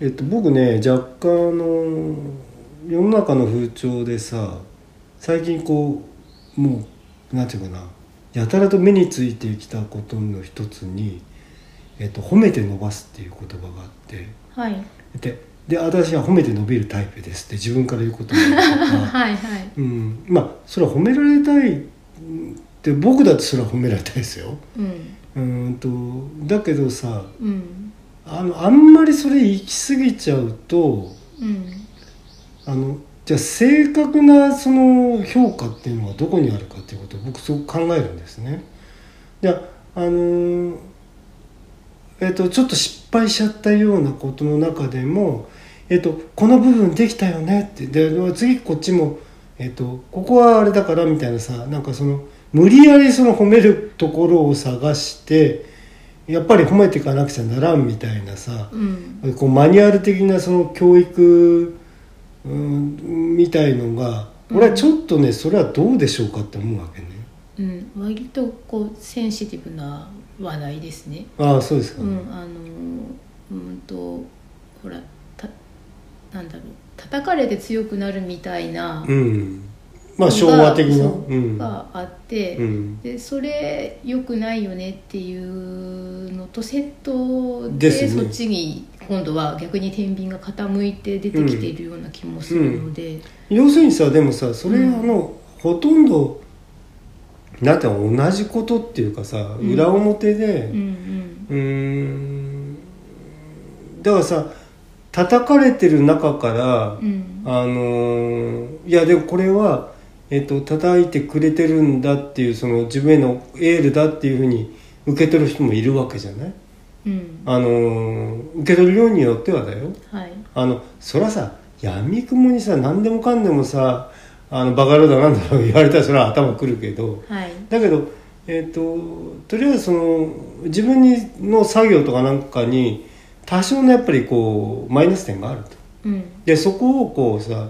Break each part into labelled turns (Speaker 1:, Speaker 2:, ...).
Speaker 1: えっと、僕ね若干あの世の中の風潮でさ最近こうもうなんていうかなやたらと目についてきたことの一つに、えっと、褒めて伸ばすっていう言葉があって
Speaker 2: はい
Speaker 1: でで私は褒めて伸びるタイプですって自分から言うこともあると か、
Speaker 2: はいはい
Speaker 1: うん、まあそれは褒められたいって僕だってそれは褒められたいですよ。
Speaker 2: うん
Speaker 1: うーんとだけどさ
Speaker 2: うん
Speaker 1: あのあんまりそれ行き過ぎちゃうと
Speaker 2: うん
Speaker 1: あのじゃあ正確なその評価っていうのはどこにあるかっていうことを僕すごく考えるんですね。じゃああのーえっとちょっと失敗しちゃったようなことの中でも、えっとこの部分できたよねってで次こっちも、えっとここはあれだからみたいなさなんかその無理やりその褒めるところを探してやっぱり褒めていかなくちゃならんみたいなさ、
Speaker 2: うん
Speaker 1: こうマニュアル的なその教育、うん、みたいのが
Speaker 2: うん
Speaker 1: 俺はちょっとね、それはどうでしょうかって思うわけね
Speaker 2: うん割とこうセンシティブな話題ですね
Speaker 1: ああそうですか、
Speaker 2: うん、あのうんとほらたなんだろう叩かれて強くなるみたいな
Speaker 1: うんまあ昭和的な
Speaker 2: そううんがあって、
Speaker 1: うん
Speaker 2: でそれ良くないよねっていうのとセット
Speaker 1: で
Speaker 2: で
Speaker 1: すね
Speaker 2: そっちに今度は逆に天秤が傾いて出てきているような気もするので、
Speaker 1: 要するにさでもさそれ、
Speaker 2: うん
Speaker 1: あのほとんどなんていうの同じことっていうかさ
Speaker 2: うん
Speaker 1: 裏表で、
Speaker 2: うんう
Speaker 1: う
Speaker 2: ん
Speaker 1: ーんだからさ叩かれてる中から
Speaker 2: う、ん
Speaker 1: あのーいやでもこれは、えっと叩いてくれてるんだっていうその自分へのエールだっていうふうに受け取る人もいるわけじゃない、
Speaker 2: うん
Speaker 1: あのー受け取る量によってはだよ
Speaker 2: はい
Speaker 1: あのそらさやみくもにさ何でもかんでもさあのバカ野郎だなんだろう言われたらそれは頭くるけど
Speaker 2: はい
Speaker 1: だけど、えっととりあえずその自分にの作業とかなんかに多少のやっぱりこうマイナス点があると。
Speaker 2: うん
Speaker 1: でそこをこうさ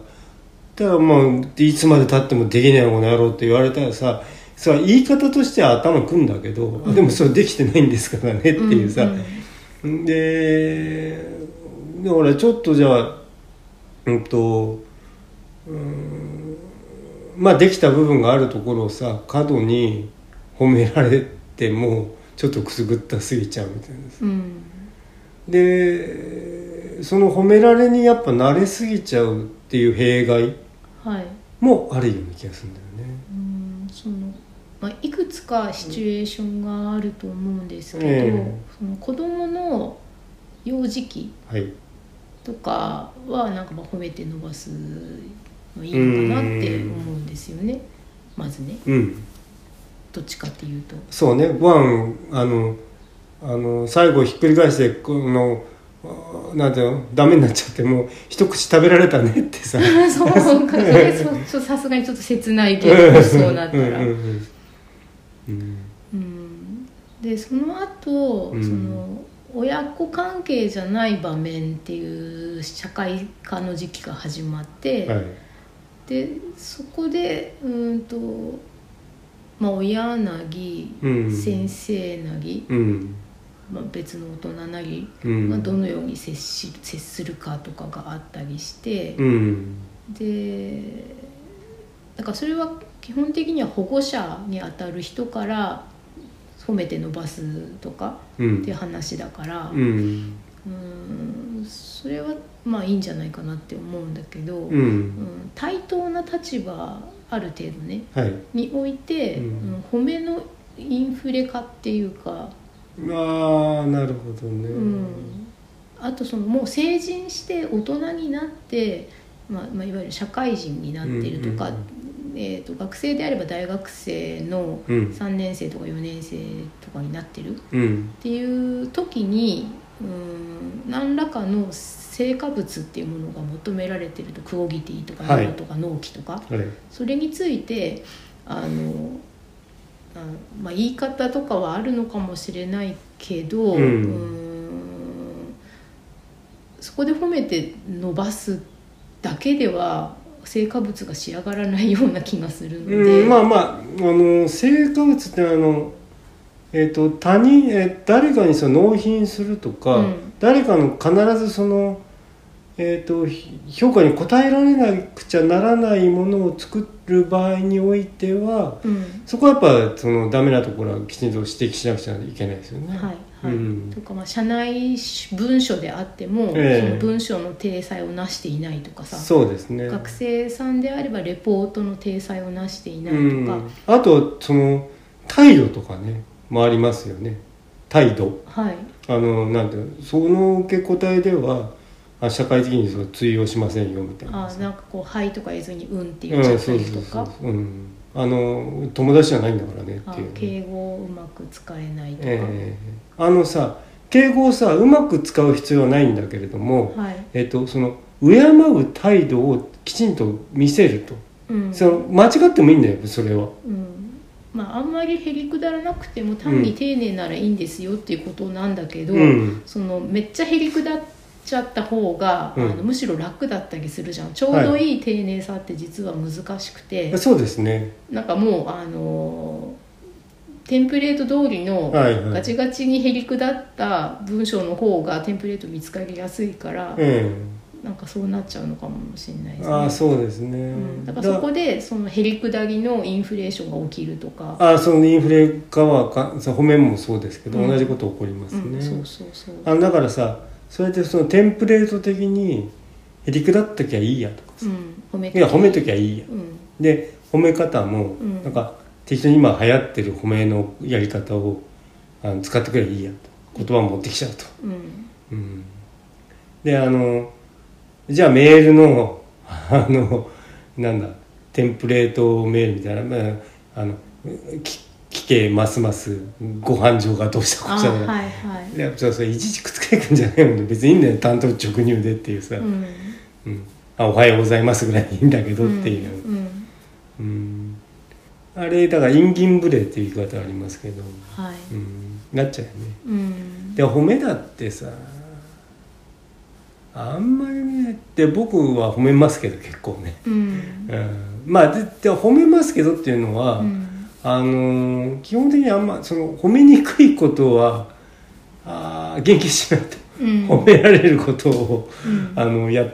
Speaker 1: だからまあいつまでたってもできないこの野郎って言われたらさそれは言い方としては頭くんだけど、
Speaker 2: ん
Speaker 1: でもそれできてないんですからねっていうさ、
Speaker 2: うん
Speaker 1: ででほらちょっとじゃあうんとうんまあできた部分があるところをさ過度に褒められてもちょっとくすぐったすぎちゃうみたいなさ
Speaker 2: うん
Speaker 1: でその褒められにやっぱ慣れすぎちゃうっていう弊害
Speaker 2: はい
Speaker 1: もあるような気がするんだよね。
Speaker 2: うんそのまあ、いくつかシチュエーションがあると思うんですけど、
Speaker 1: ええ
Speaker 2: その子供の幼児期
Speaker 1: はい、
Speaker 2: とかはなんかまあ褒めて伸ばすのいいのかなって思うんですよねまずね
Speaker 1: うん、
Speaker 2: どっちかっていうと
Speaker 1: そうねご飯あのあの最後ひっくり返してこのあなんていうのダメになっちゃってもう一口食べられたねってさ
Speaker 2: そうかそれそうちょさすがにちょっと切ないけどそうなったら
Speaker 1: うんうんうん
Speaker 2: うんでその後、
Speaker 1: うん
Speaker 2: その親子関係じゃない場面っていう社会化の時期が始まって、
Speaker 1: うんはい
Speaker 2: でそこでうーんとまあ親なぎ、
Speaker 1: うん
Speaker 2: 先生なぎ、
Speaker 1: うん
Speaker 2: まあ、別の大人なぎ
Speaker 1: うん
Speaker 2: まあ、どのように接し接するかとかがあったりして、
Speaker 1: うん
Speaker 2: でだからそれは基本的には保護者にあたる人から褒めて伸ばすとか
Speaker 1: う
Speaker 2: っていうん話だから、
Speaker 1: うんうん
Speaker 2: うんそれはまあいいんじゃないかなって思うんだけど、
Speaker 1: う
Speaker 2: うん
Speaker 1: ん
Speaker 2: 対等な立場ある程度ね
Speaker 1: はい
Speaker 2: において、
Speaker 1: うん
Speaker 2: うん褒めのインフレ化っていうか。
Speaker 1: ああなるほどね、
Speaker 2: うん、あとそのもう成人して大人になって、まあまあ、いわゆる社会人になってるとか、
Speaker 1: うんうん
Speaker 2: えー、と学生であれば大学生の
Speaker 1: うん
Speaker 2: 3年生とか4年生とかになってるっ
Speaker 1: うん
Speaker 2: ていう時にうん何らかの成果物っていうものが求められてるとクオギティとか
Speaker 1: はい
Speaker 2: ノとか納期とか、
Speaker 1: はい
Speaker 2: それについてあのあまあ、言い方とかはあるのかもしれないけど、
Speaker 1: うん
Speaker 2: うーんそこで褒めて伸ばすだけでは成果物が仕上がらないような気がするので、
Speaker 1: うん、まあまああの成果物ってあの、えー、と他人、えー誰かにその納品するとか、
Speaker 2: うん
Speaker 1: 誰かの必ずそのえー、とひ評価に応えられなくちゃならないものを作る場合においては
Speaker 2: うん
Speaker 1: そこはやっぱそのダメなところはきちんと指摘しなくちゃいけないですよね。
Speaker 2: はいはい
Speaker 1: うん
Speaker 2: とかまあ社内文書であっても、
Speaker 1: ええ
Speaker 2: その文書の体裁をなしていないとかさ
Speaker 1: そうですね
Speaker 2: 学生さんであればレポートの体裁をなしていないうとか、
Speaker 1: ん、あとその態度とかねもありますよね態度
Speaker 2: はい
Speaker 1: あのなんていうのその受け答えではあ社会的にそれ通用しませんよみたいな
Speaker 2: あなんかこう「はい」とか言えずに「うん」って
Speaker 1: う
Speaker 2: 言っ
Speaker 1: ん
Speaker 2: ち
Speaker 1: そ
Speaker 2: ゃ
Speaker 1: う
Speaker 2: った
Speaker 1: そう
Speaker 2: りと
Speaker 1: そう
Speaker 2: か、
Speaker 1: そう、うん、あの友達じゃないんだからねっ
Speaker 2: あ
Speaker 1: ていう、ね
Speaker 2: 敬語をうまく使えないとか、
Speaker 1: ええあのさ敬語をさうまく使う必要はないんだけれども、
Speaker 2: はい、
Speaker 1: えっとその敬う態度をきちんと見せると、
Speaker 2: うん
Speaker 1: その間違ってもいいんだよそれは
Speaker 2: うんまあ、あんまりへりくだらなくても単に丁寧ならいいんですよっていうことなんだけど、
Speaker 1: うん
Speaker 2: そのめっちゃへりくだっちゃった方が、
Speaker 1: うん
Speaker 2: あのむしろ楽だったりするじゃんちょうどいい丁寧さって実は難しくて、
Speaker 1: そうですね
Speaker 2: なんかもうあのーテンプレート通りの
Speaker 1: はいはい
Speaker 2: ガチガチにへりくだった文章の方がテンプレート見つかりやすいから、
Speaker 1: え
Speaker 2: なんかそうなっちゃうのかもしれない
Speaker 1: え
Speaker 2: ですね。
Speaker 1: ああそうですね、
Speaker 2: うんだからそこでそのへりくだりのインフレーションが起きるとか、
Speaker 1: あそのインフレ化はかその褒めもそうですけど、
Speaker 2: うん
Speaker 1: 同じこと起こりますね、
Speaker 2: うん、そうそうそう
Speaker 1: あのだからさそうやってそのテンプレート的に「へりくだっときゃいいや」とかさ
Speaker 2: うん、褒め
Speaker 1: いや褒めときゃいいや」
Speaker 2: うん
Speaker 1: で褒め方も
Speaker 2: うん
Speaker 1: なんか適当に今流行ってる褒めのやり方をあの使ってくればいいやと言葉を持ってきちゃうと、
Speaker 2: うん
Speaker 1: うん、であのじゃあメールの あのなんだテンプレートメールみたいな、まあ、あのき聞けますますご繁盛がどうしたこ
Speaker 2: あ
Speaker 1: うしたの、
Speaker 2: はいはい
Speaker 1: い、やそうそういちいちくっつけてくんじゃないもんね別にいいんだよ担当直入でっていうさ「
Speaker 2: うん
Speaker 1: うんあおはようございます」ぐらいでいいんだけどっていう。
Speaker 2: うんうん
Speaker 1: うんあれだから陰銀無礼っていう言い方ありますけど、
Speaker 2: はい
Speaker 1: うん、なっちゃうよね
Speaker 2: うん
Speaker 1: で褒めだってさあんまりねって僕は褒めますけど結構ね、
Speaker 2: うん
Speaker 1: うん、まあでで褒めますけどっていうのは、
Speaker 2: うん
Speaker 1: あのー基本的にあんまその褒めにくいことはあー言及しないと
Speaker 2: うん
Speaker 1: 褒められることを、
Speaker 2: うん
Speaker 1: あのやっ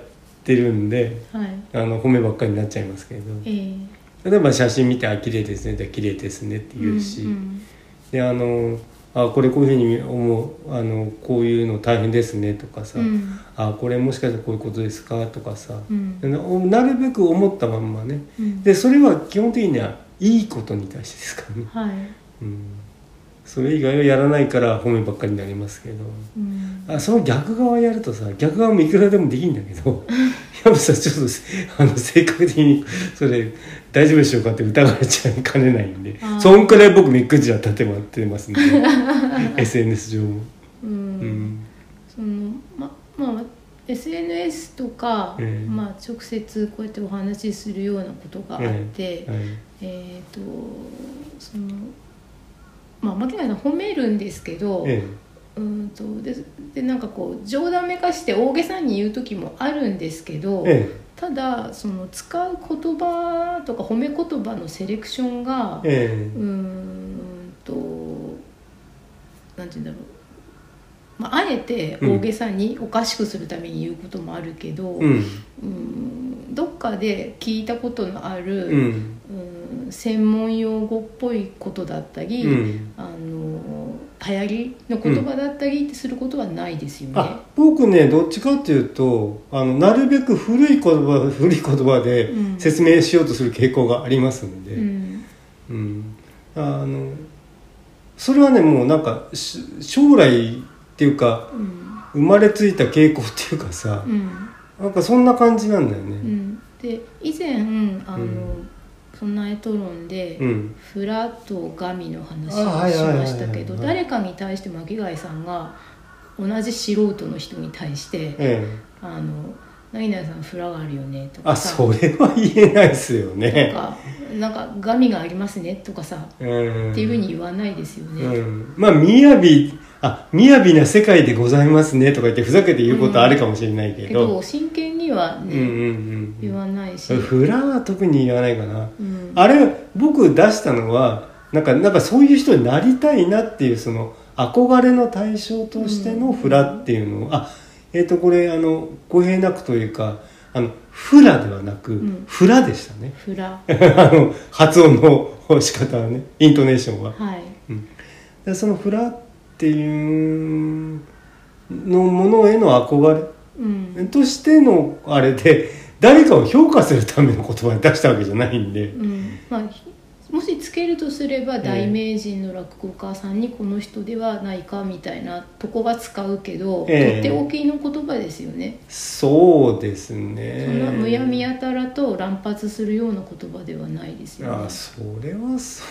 Speaker 1: てるんで
Speaker 2: はい
Speaker 1: あの褒めばっかりになっちゃいますけど。
Speaker 2: えー
Speaker 1: 例えば写真見て「あ綺麗ですね」って「綺麗ですね」って言うし、
Speaker 2: うん
Speaker 1: であのあこれこういうふうに思うあのこういうの大変ですねとかさ、
Speaker 2: うん
Speaker 1: あこれもしかしてこういうことですかとかさ、
Speaker 2: うん
Speaker 1: ななるべく思ったまんまね
Speaker 2: うん
Speaker 1: でそれは基本的にはいいことに対してですからね、
Speaker 2: はい
Speaker 1: うん、それ以外はやらないから褒めばっかりになりますけど
Speaker 2: うん
Speaker 1: あその逆側やるとさ逆側もいくらでもできるんだけどやっぱさちょっとあの性格的にそれ大丈夫でしょうかって疑われちゃいかねないんで
Speaker 2: あー
Speaker 1: そんくらい僕ミックジは立て回ってますん で SNS 上も。
Speaker 2: う
Speaker 1: うんん
Speaker 2: そのままあ SNS とか、
Speaker 1: ええ
Speaker 2: まあ、直接こうやってお話しするようなことがあって、
Speaker 1: はい
Speaker 2: えー、とそのまあ牧野さん褒めるんですけど、
Speaker 1: え
Speaker 2: うーんとででなんかこう冗談めかして大げさに言う時もあるんですけど、
Speaker 1: ええ
Speaker 2: ただその使う言葉とか褒め言葉のセレクションが、
Speaker 1: ええ
Speaker 2: うーんとなんて言うんだろう、まあ、あえて大げさにおかしくするために言うこともあるけど、
Speaker 1: えうん
Speaker 2: うんどっかで聞いたことのある、
Speaker 1: うん
Speaker 2: うん専門用語っぽいことだったり、
Speaker 1: うん
Speaker 2: あの流行りの言葉だったりってすることはないですよね。
Speaker 1: あ僕ねどっちかっていうとあのなるべく古い言葉古い言葉で
Speaker 2: うん
Speaker 1: 説明しようとする傾向がありますので。
Speaker 2: うん
Speaker 1: うん、あのそれはねもうなんかし将来っていうか
Speaker 2: うん
Speaker 1: 生まれついた傾向っていうかさ
Speaker 2: う、ん
Speaker 1: なんかそんな感じなんだよ
Speaker 2: う
Speaker 1: ね。
Speaker 2: ん、で以前あの、
Speaker 1: うん
Speaker 2: そんなエトロンで、
Speaker 1: うん、
Speaker 2: フラとガミの話
Speaker 1: あはいはい
Speaker 2: をし
Speaker 1: はいはい
Speaker 2: ましたけど誰かに対して巻貝さんが同じ素人の人に対して
Speaker 1: ええ、
Speaker 2: 「あの何々さんフラがあるよね」とか
Speaker 1: あ
Speaker 2: さ
Speaker 1: それは言えないですよ
Speaker 2: なん
Speaker 1: ね。
Speaker 2: かなんかガミがありますねとかさ
Speaker 1: うん、
Speaker 2: っていうふうに言わないですよね。
Speaker 1: うん、まあ雅あ雅な世界でございますねとか言ってふざけて言うことはあるかもしれないけ
Speaker 2: け
Speaker 1: ど、
Speaker 2: ど真剣には
Speaker 1: うん
Speaker 2: ね、
Speaker 1: うんうん
Speaker 2: 言わないし、
Speaker 1: うん、フラは特に言わないかな。
Speaker 2: うん
Speaker 1: あれ僕出したのはなんかなんかそういう人になりたいなっていうその憧れの対象としてのフラっていうのを、あえっ、とこれあの語弊なくというかあのフラではなく、
Speaker 2: ん
Speaker 1: フラでしたね
Speaker 2: フラ
Speaker 1: あの発音の仕方はねイントネーションは。
Speaker 2: はい
Speaker 1: でそのフラっていうのものへの憧
Speaker 2: うん
Speaker 1: れとしてのあれで誰かを評価するための言葉に出したわけじゃないんで
Speaker 2: うんまあひもしつけるとすれば大名人の落語家さんにこの人ではないかみたいなとこは使うけど、
Speaker 1: ええ
Speaker 2: とっておきの言葉ですよね、
Speaker 1: そうです
Speaker 2: そんな
Speaker 1: ね
Speaker 2: むやみやたらと乱発するような言葉ではないですよね
Speaker 1: あそれはそ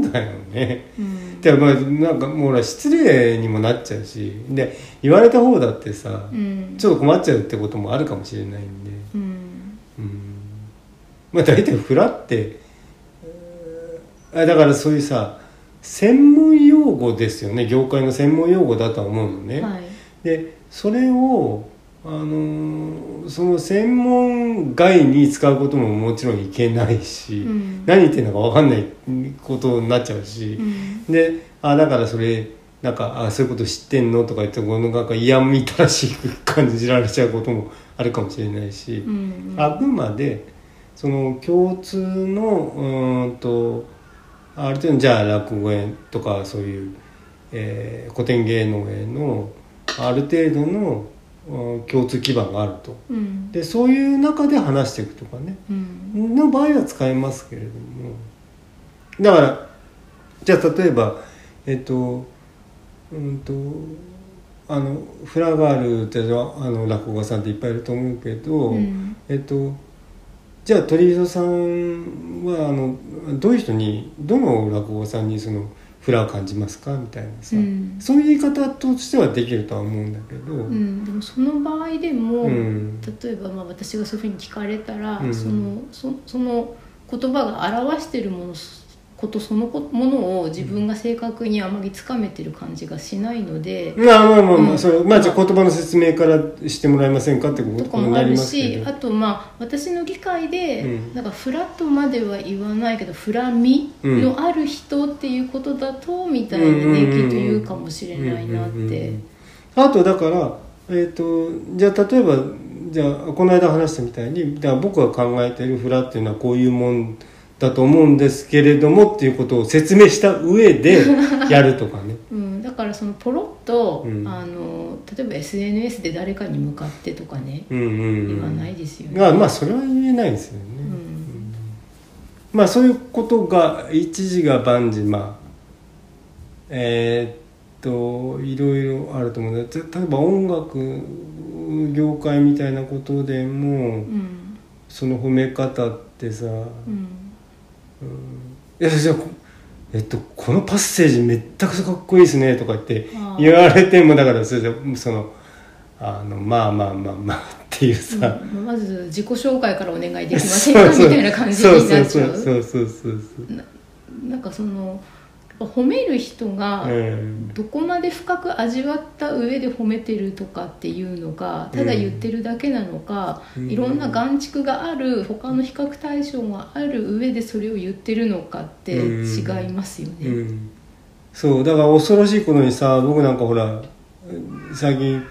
Speaker 1: うだよね
Speaker 2: うん
Speaker 1: でまあなんかもうほら失礼にもなっちゃうしで言われた方だってさ、
Speaker 2: うん
Speaker 1: ちょっと困っちゃうってこともあるかもしれないんで
Speaker 2: うん
Speaker 1: うんまあ大体フラってえーあだからそういうさ専門用語ですよね業界の専門用語だとは思うのね、
Speaker 2: はい
Speaker 1: でそれをあのーその専門外に使うことももちろんいけないし、
Speaker 2: うん
Speaker 1: 何言ってんのか分かんないことになっちゃうし
Speaker 2: う、ん
Speaker 1: であだからそれなんかあそういうこと知ってんのとか言ってこのなんか嫌みたらしく感じられちゃうこともあるかもしれないし、
Speaker 2: うん
Speaker 1: あくまでその共通のうーんとある程度じゃあ落語へとかそういう、えー古典芸能へのある程度のうん共通基盤があると
Speaker 2: うん
Speaker 1: でそういう中で話していくとかね
Speaker 2: うん
Speaker 1: の場合は使えますけれどもだからじゃあ例えばえっとうんとあのフラガールってあの落語家さんっていっぱいいると思うけど、
Speaker 2: うん
Speaker 1: えっとじゃあ鳥磯さんはあのどういう人にどの落語家さんにそのフラを感じますかみたいなさ、
Speaker 2: うん
Speaker 1: そういう言い方としてはできるとは思うんだけど、
Speaker 2: うんでもその場合でも、
Speaker 1: うん
Speaker 2: 例えばまあ私がそういうふうに聞かれたら、
Speaker 1: うん
Speaker 2: そのそその言葉が表してるものことそのこものを自分が正確にあまりつかめてる感じがしないので、
Speaker 1: まあまあまあまあ、
Speaker 2: うん
Speaker 1: それまあじゃあ言葉の説明からしてもらえませんかってこと
Speaker 2: とか
Speaker 1: に
Speaker 2: も
Speaker 1: な
Speaker 2: あ
Speaker 1: り
Speaker 2: る
Speaker 1: ますけ
Speaker 2: し
Speaker 1: ど
Speaker 2: あとまあ私の理解で、
Speaker 1: うん
Speaker 2: なんかフラットまでは言わないけどフラミのある人っていうことだとみたいなね、
Speaker 1: うん
Speaker 2: きっと言うかもしれないなっ
Speaker 1: うんうんうんう
Speaker 2: て
Speaker 1: ん。あとだから、えー、とじゃあ例えばじゃあこの間話したみたいにだから僕が考えてるフラっていうのはこういうもんだと思うんですけれどもっていうことを説明した上 でやるとかね。
Speaker 2: うん、だからそのポロッと、
Speaker 1: うん
Speaker 2: あの例えば SNS で誰かに向かってとかね
Speaker 1: うんうんうん
Speaker 2: 言わないですよね。
Speaker 1: まあまあそれは言えないですよね。
Speaker 2: うん
Speaker 1: まあそういうことが一時が万事まあえーっといろいろあると思うんだけど例えば音楽業界みたいなことでも。
Speaker 2: うん
Speaker 1: その褒め方ってさ
Speaker 2: うん
Speaker 1: 「いやじゃあこえっと、このパッセージめったくそかっこいいですね」とか言って
Speaker 2: あー
Speaker 1: 言われてもだからそれでそのあのまあまあまあまあっていうさ、
Speaker 2: うんまず自己紹介からお願いできませんかみたいな感じ
Speaker 1: そう
Speaker 2: に
Speaker 1: そ
Speaker 2: な
Speaker 1: う
Speaker 2: っち
Speaker 1: そ
Speaker 2: ゃ
Speaker 1: う
Speaker 2: う
Speaker 1: そうそうそうそう
Speaker 2: なんかそのやっぱ褒める人が
Speaker 1: うん
Speaker 2: どこまで深く味わった上で褒めてるとかっていうのがただ言ってるだけなのか、
Speaker 1: うん
Speaker 2: いろんな眼蓄がある他の比較対象がある上でそれを言ってるのかって違いますよね。
Speaker 1: うん、そうだから恐ろしいことにさ僕なんかほら最近、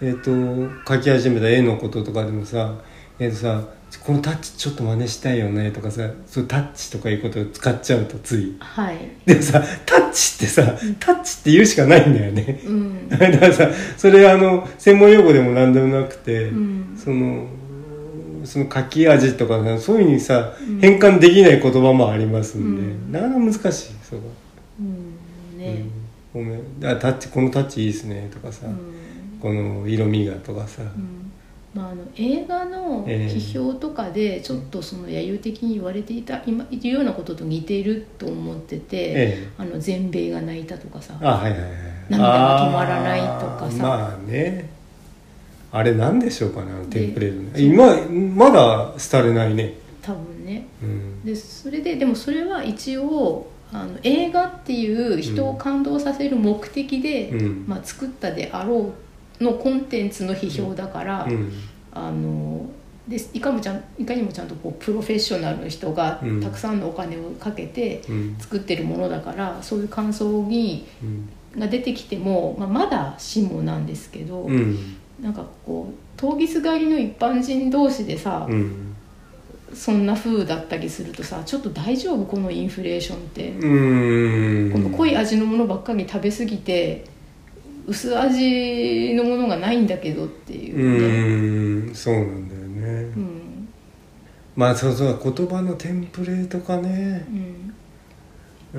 Speaker 1: えっと描き始めた絵のこととかでもさ,、えっとさ「このタッチちょっと真似したいよね」とかさ「そうタッチ」とかいうことを使っちゃうとつい。
Speaker 2: はい、
Speaker 1: でもさ「タッチ」ってさ「タッチ」って言うしかないんだよね。
Speaker 2: うん
Speaker 1: だからさそれあの専門用語でも何でもなくて。
Speaker 2: うん
Speaker 1: そのその書き味とかさそういうふうにさ、
Speaker 2: うん
Speaker 1: 変換できない言葉もありますんで、
Speaker 2: うん
Speaker 1: なかなか難しいそこ、
Speaker 2: うんね、
Speaker 1: うん、ごめんあタッチこのタッチいいですねとかさ、
Speaker 2: うん
Speaker 1: この色味がとかさ、
Speaker 2: うんまあ、あの映画の
Speaker 1: ええ
Speaker 2: 批評とかでちょっとその揶揄的に言われていた今言うようなことと似ていると思ってて、
Speaker 1: ええ
Speaker 2: あの全米が泣いたとかさ
Speaker 1: あはいはいはい
Speaker 2: 涙が止まらないとかさ
Speaker 1: あーまあねあれなんでしょうかねあのテンプレート
Speaker 2: で
Speaker 1: ね今まだ廃れないね
Speaker 2: 多分ね
Speaker 1: うん
Speaker 2: でそれででもそれは一応あの映画っていう人を感動させる目的で、
Speaker 1: うん
Speaker 2: まあ、作ったであろうのコンテンツの批評だから、
Speaker 1: うん
Speaker 2: あのでいかもちゃんいかにもちゃんとこうプロフェッショナルの人が
Speaker 1: うん
Speaker 2: たくさんのお金をかけて
Speaker 1: うん
Speaker 2: 作ってるものだから、そういう感想に
Speaker 1: うん
Speaker 2: が出てきても、まあ、まだしもなんですけど、
Speaker 1: うん
Speaker 2: なんかこう闘技すがりの一般人同士でさ、
Speaker 1: うん
Speaker 2: そんな風だったりするとさちょっと大丈夫このインフレーションって、
Speaker 1: うん
Speaker 2: この濃い味のものばっかり食べ過ぎて薄味のものがないんだけどっていう
Speaker 1: う
Speaker 2: ね、
Speaker 1: んそうなんだよね、
Speaker 2: うん
Speaker 1: まあそうそう言葉のテンプレとかね
Speaker 2: う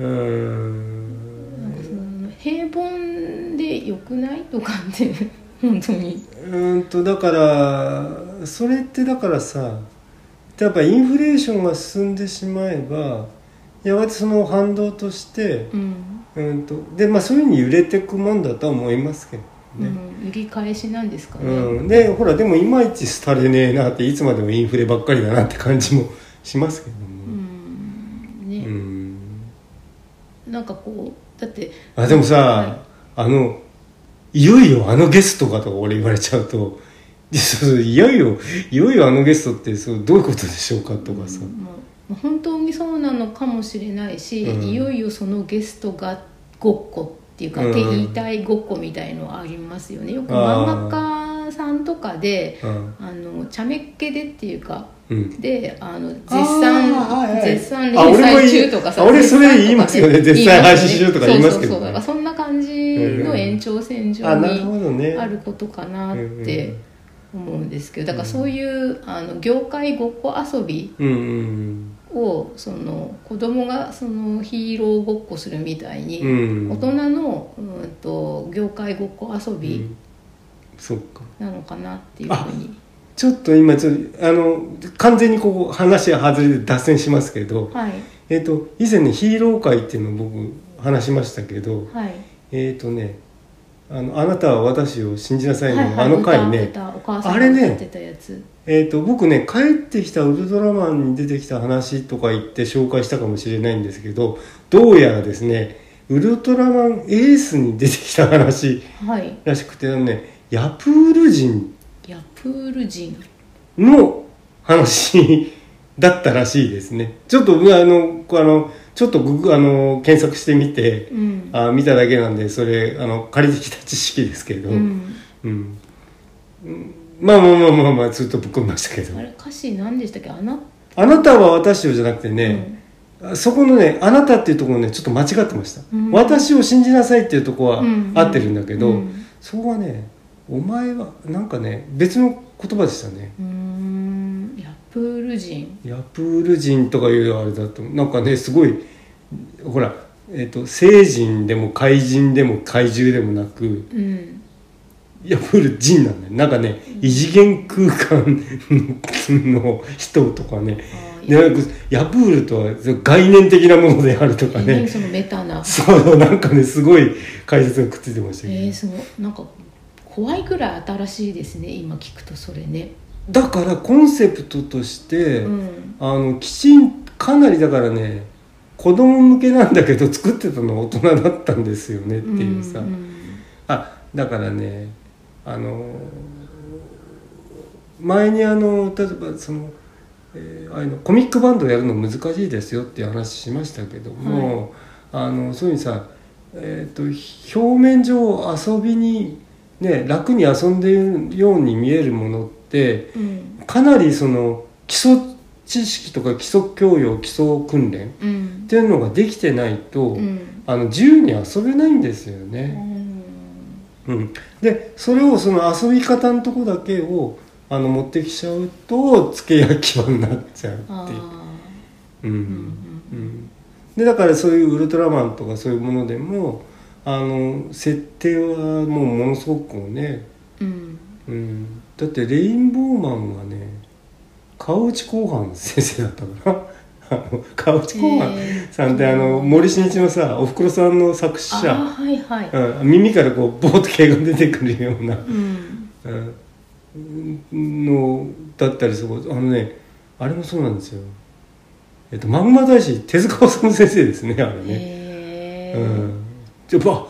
Speaker 1: うー
Speaker 2: ん
Speaker 1: ん
Speaker 2: なんかその平凡でよくないとかって本当に
Speaker 1: うーんとだからそれってだからさやっぱインフレーションが進んでしまえばやがてその反動として
Speaker 2: うん、
Speaker 1: うーんとでまあそういうふうに揺れていくもんだとは思いますけど
Speaker 2: う
Speaker 1: ね、
Speaker 2: ん、売り返しなんですかね、
Speaker 1: うん、でほらでもいまいち廃れねえなっていつまでもインフレばっかりだなって感じもしますけど
Speaker 2: う
Speaker 1: も、
Speaker 2: ん
Speaker 1: うん
Speaker 2: ね、なんかこうだって
Speaker 1: あでもさ、
Speaker 2: は
Speaker 1: あのいよいよあのゲストかとか俺言われちゃうといやそうそういよいよいよいよあのゲストってそうどういうことでしょうかとかさ、
Speaker 2: まあまあ本当にそうなのかもしれないし、
Speaker 1: うん
Speaker 2: いよいよそのゲストがごっこっていうか、
Speaker 1: うん
Speaker 2: って言いたいごっこみたいのありますよねよく
Speaker 1: あー
Speaker 2: 漫画家さんとかで
Speaker 1: うん
Speaker 2: あの茶目っ気でっていうか
Speaker 1: うん、
Speaker 2: であの絶
Speaker 1: あーはい
Speaker 2: 賛
Speaker 1: はい
Speaker 2: 絶賛
Speaker 1: あ
Speaker 2: 連
Speaker 1: 俺も言う
Speaker 2: 載中とかさ
Speaker 1: あ俺それ
Speaker 2: 絶賛とかね
Speaker 1: 言いますよね絶賛廃止中とか言いますけどね
Speaker 2: そうそうそうだからそんな感じの延長線
Speaker 1: あ
Speaker 2: 上
Speaker 1: なるほ
Speaker 2: に
Speaker 1: どね
Speaker 2: あることかなっ
Speaker 1: うん
Speaker 2: て思うんですけどだからそういうあの業界ごっこ遊び
Speaker 1: うんうん
Speaker 2: をその子供がそのヒーローごっこするみたいに、
Speaker 1: うん
Speaker 2: 大人のうんと業界ごっこ遊
Speaker 1: う
Speaker 2: び
Speaker 1: んそっか
Speaker 2: なのかなっていうふうに、
Speaker 1: ちょっと今ちょっとあの完全にここ話は外れて脱線しますけど、
Speaker 2: はい
Speaker 1: えっと以前ねヒーロー会っていうのを僕話しましたけど、
Speaker 2: はい
Speaker 1: えっ、とねあの「あなたは私を信じなさいの」
Speaker 2: はいはい
Speaker 1: あの回ね、
Speaker 2: 歌歌お母さ
Speaker 1: あ
Speaker 2: んが
Speaker 1: れね
Speaker 2: 歌ってたやつ、
Speaker 1: えー、と僕ね帰ってきたウルトラマンに出てきた話とか言って紹介したかもしれないんですけどどうやらですねウルトラマンエースに出てきた話
Speaker 2: はい
Speaker 1: らしくてあのねヤプール人
Speaker 2: ヤプール人
Speaker 1: の話 だったらしいですねちょっとうんあのこうあのちょっとググあの検索してみて
Speaker 2: うん
Speaker 1: あ見ただけなんでそれあの借りてきた知識ですけど、
Speaker 2: うん、
Speaker 1: うん、うんまあまあまあまあまあずっとぶっ込みましたけど
Speaker 2: あれ歌詞何でしたっけあな
Speaker 1: あなたは私をじゃなくてね、そこのねあなたっていうところねちょっと間違ってました、
Speaker 2: うん
Speaker 1: 私を信じなさいっていうところは
Speaker 2: うん
Speaker 1: 合ってるんだけど、
Speaker 2: うん
Speaker 1: そこはねお前はなんかね別の言葉でしたね
Speaker 2: うんうーんヤプール人
Speaker 1: ヤプール人とかいうあれだとなんかねすごいほらえっ、と聖人でも怪人でも怪獣でもなく
Speaker 2: うん
Speaker 1: ヤプール人なんだよなんかね異次元空間の人とかね、
Speaker 2: あー
Speaker 1: でなんかヤプールとは概念的なものであるとか
Speaker 2: 何
Speaker 1: ね
Speaker 2: そのメタ な
Speaker 1: そうなんかねすごい解説がくっついてましたけど、
Speaker 2: えー、すごいなんか怖いぐらい新しいですね今聞くとそれね、
Speaker 1: だからコンセプトとして、
Speaker 2: うん、
Speaker 1: あのきちんかなりだからね子供向けなんだけど作ってたのは大人だったんですよねっていうさ、
Speaker 2: ん
Speaker 1: あだからねあの前にあの例えばその、えーああいうのコミックバンドやるの難しいですよっていう話しましたけども、あのそういうふうにさ、えー、と表面上遊びに、ね、楽に遊んでいるように見えるものって
Speaker 2: うん
Speaker 1: かなりその基礎知識とか基礎教養基礎訓練っ
Speaker 2: うん
Speaker 1: ていうのができてないと、
Speaker 2: うん
Speaker 1: あの自由に遊べないんですよね。うん、でそれをその遊び方のとこだけをあの持ってきちゃうとつけ焼き場になっちゃう
Speaker 2: あ
Speaker 1: っていう、
Speaker 2: ー
Speaker 1: うん
Speaker 2: うん
Speaker 1: う
Speaker 2: うん
Speaker 1: ん、でだからそういうウルトラマンとかそういうものでもあの設定はもうものすごくね、
Speaker 2: うん
Speaker 1: うん、だってレインボーマンはね川内公判先生だったから あの川内公判
Speaker 2: えー
Speaker 1: さんってあの森進一のさおふくろさんの作
Speaker 2: あ
Speaker 1: 詞
Speaker 2: ー
Speaker 1: 者、
Speaker 2: はいはい、
Speaker 1: うん、耳からこうボーッと毛が出てくるような。
Speaker 2: うん
Speaker 1: うんのだったりそこあのねあれもそうなんですよえっとマグマ大師手塚治虫先生ですねあれね、
Speaker 2: へえ
Speaker 1: うんちょっとあ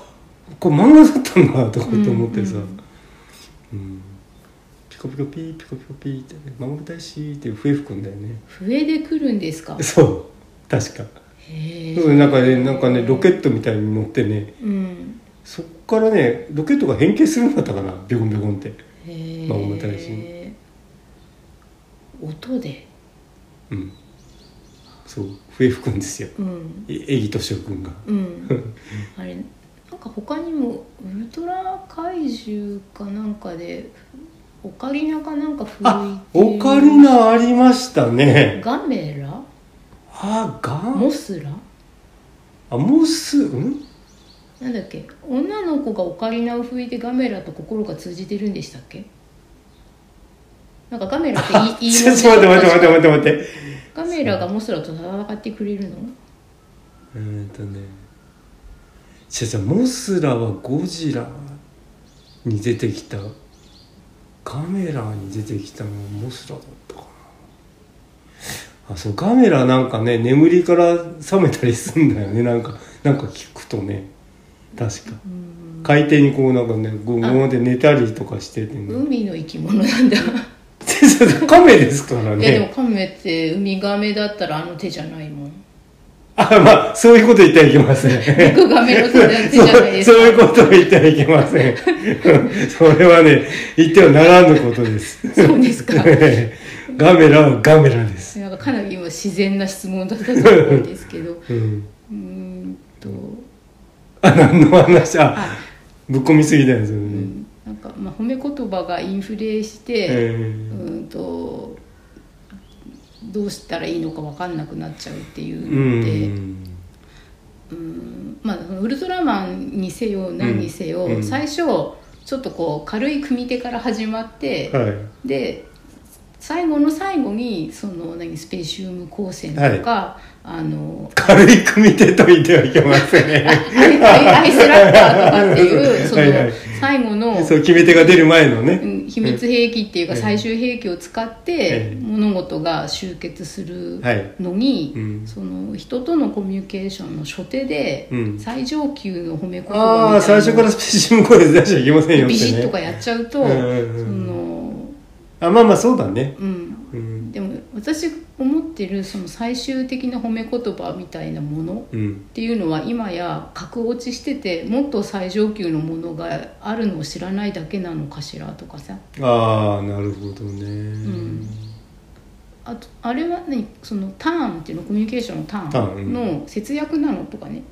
Speaker 1: これ漫画だったんだとかって思ってさ、
Speaker 2: う
Speaker 1: うん
Speaker 2: ん
Speaker 1: ピコピコピーピコピコピーって「マグマ大師」って笛吹くんだよね
Speaker 2: 笛で来るんですか
Speaker 1: そう確か、
Speaker 2: へ
Speaker 1: そうなんかねなんかねロケットみたいに乗ってね
Speaker 2: うん
Speaker 1: そこからねロケットが変形するんだったかなビョコンビョコンって、
Speaker 2: へえ
Speaker 1: まあ重たいし
Speaker 2: 音で
Speaker 1: うん、そう笛吹くんですよ
Speaker 2: うん
Speaker 1: え江木敏夫君が
Speaker 2: うんあれなんか他にもウルトラ怪獣かなんかでオカリナかなんか吹い
Speaker 1: あ
Speaker 2: てる
Speaker 1: オカリナありましたね
Speaker 2: ガメラ
Speaker 1: あガン
Speaker 2: モスラ
Speaker 1: あモスうん
Speaker 2: なんだっけ女の子がオカリナを吹いてガメラと心が通じてるんでしたっけなんかガメラっていいい い
Speaker 1: ちょっと待って待って待って待って待って
Speaker 2: ガメラがモスラと戦ってくれるの
Speaker 1: うーんとねじゃじゃモスラはゴジラに出てきたガメラに出てきたのはモスラだったかなあそうガメラなんかね眠りから覚めたりすんだよねなんかなんか聞くとね確か
Speaker 2: うん
Speaker 1: 海底にこうなんかねゴンゴンって寝たりとかしててね
Speaker 2: 海の生き物なんだ
Speaker 1: カメですから
Speaker 2: いやでも
Speaker 1: ね
Speaker 2: カメってウミガメだったらあの手じゃないもん
Speaker 1: あまあそういうこと言ってはいけません
Speaker 2: 僕ガメの手じ
Speaker 1: そ
Speaker 2: ゃ
Speaker 1: う
Speaker 2: ないです
Speaker 1: そういう
Speaker 2: か
Speaker 1: ことを言ってはいけま せんそれはね言ってはならぬことです
Speaker 2: そうですか
Speaker 1: ガメラはガメラです、
Speaker 2: なんかかなり今自然な質問だったと思うんですけどう
Speaker 1: うん、
Speaker 2: ーんと
Speaker 1: あ何の話あ
Speaker 2: あ
Speaker 1: ぶっ込みすぎたんですよ
Speaker 2: う
Speaker 1: ね、
Speaker 2: んなんかまあ褒め言葉がインフレして、
Speaker 1: え
Speaker 2: う
Speaker 1: ー
Speaker 2: ーんとどうしたらいいのか分かんなくなっちゃうっていう
Speaker 1: う
Speaker 2: ので、うん
Speaker 1: ん
Speaker 2: まあ、そのウルトラマンにせよ何にせよ、
Speaker 1: うん
Speaker 2: 最初ちょっとこう軽い組み手から始まって、
Speaker 1: は
Speaker 2: で最後の最後にその何スペシウム光線とか、あの
Speaker 1: い軽い組手と言ってはいけません
Speaker 2: アイアイスラッターとかっていうその
Speaker 1: はいはい
Speaker 2: 最後の。
Speaker 1: そう決め手が出る前の
Speaker 2: う
Speaker 1: ね
Speaker 2: ん秘密兵器っていうか
Speaker 1: ええ
Speaker 2: 最終兵器を使って
Speaker 1: ええ
Speaker 2: 物事が集結する
Speaker 1: はい
Speaker 2: のに、
Speaker 1: うん
Speaker 2: その人とのコミュニケーションの初手で
Speaker 1: うん
Speaker 2: 最上級の褒め言
Speaker 1: あ
Speaker 2: 葉
Speaker 1: あ
Speaker 2: みた
Speaker 1: 最
Speaker 2: い
Speaker 1: 初か
Speaker 2: な
Speaker 1: らスペシウムコーデ出しちゃいけませんよ
Speaker 2: の
Speaker 1: っ
Speaker 2: ビシ
Speaker 1: て
Speaker 2: ッと
Speaker 1: ね
Speaker 2: かやっちゃうと、
Speaker 1: うんうんう
Speaker 2: そ
Speaker 1: ん
Speaker 2: の
Speaker 1: あまあまあそうだね、
Speaker 2: うん
Speaker 1: うん
Speaker 2: でも私思ってるその最終的な褒め言葉みたいなもの
Speaker 1: うん、
Speaker 2: っていうのは今や格落ちしててもっと最上級のものがあるのを知らないだけなのかしらとかさ。
Speaker 1: ああなるほどね、
Speaker 2: んあとあれは何そのターンっていうのコミュニケーションのタ
Speaker 1: タ
Speaker 2: ー
Speaker 1: ーン
Speaker 2: ン
Speaker 1: う
Speaker 2: の節約なのとかね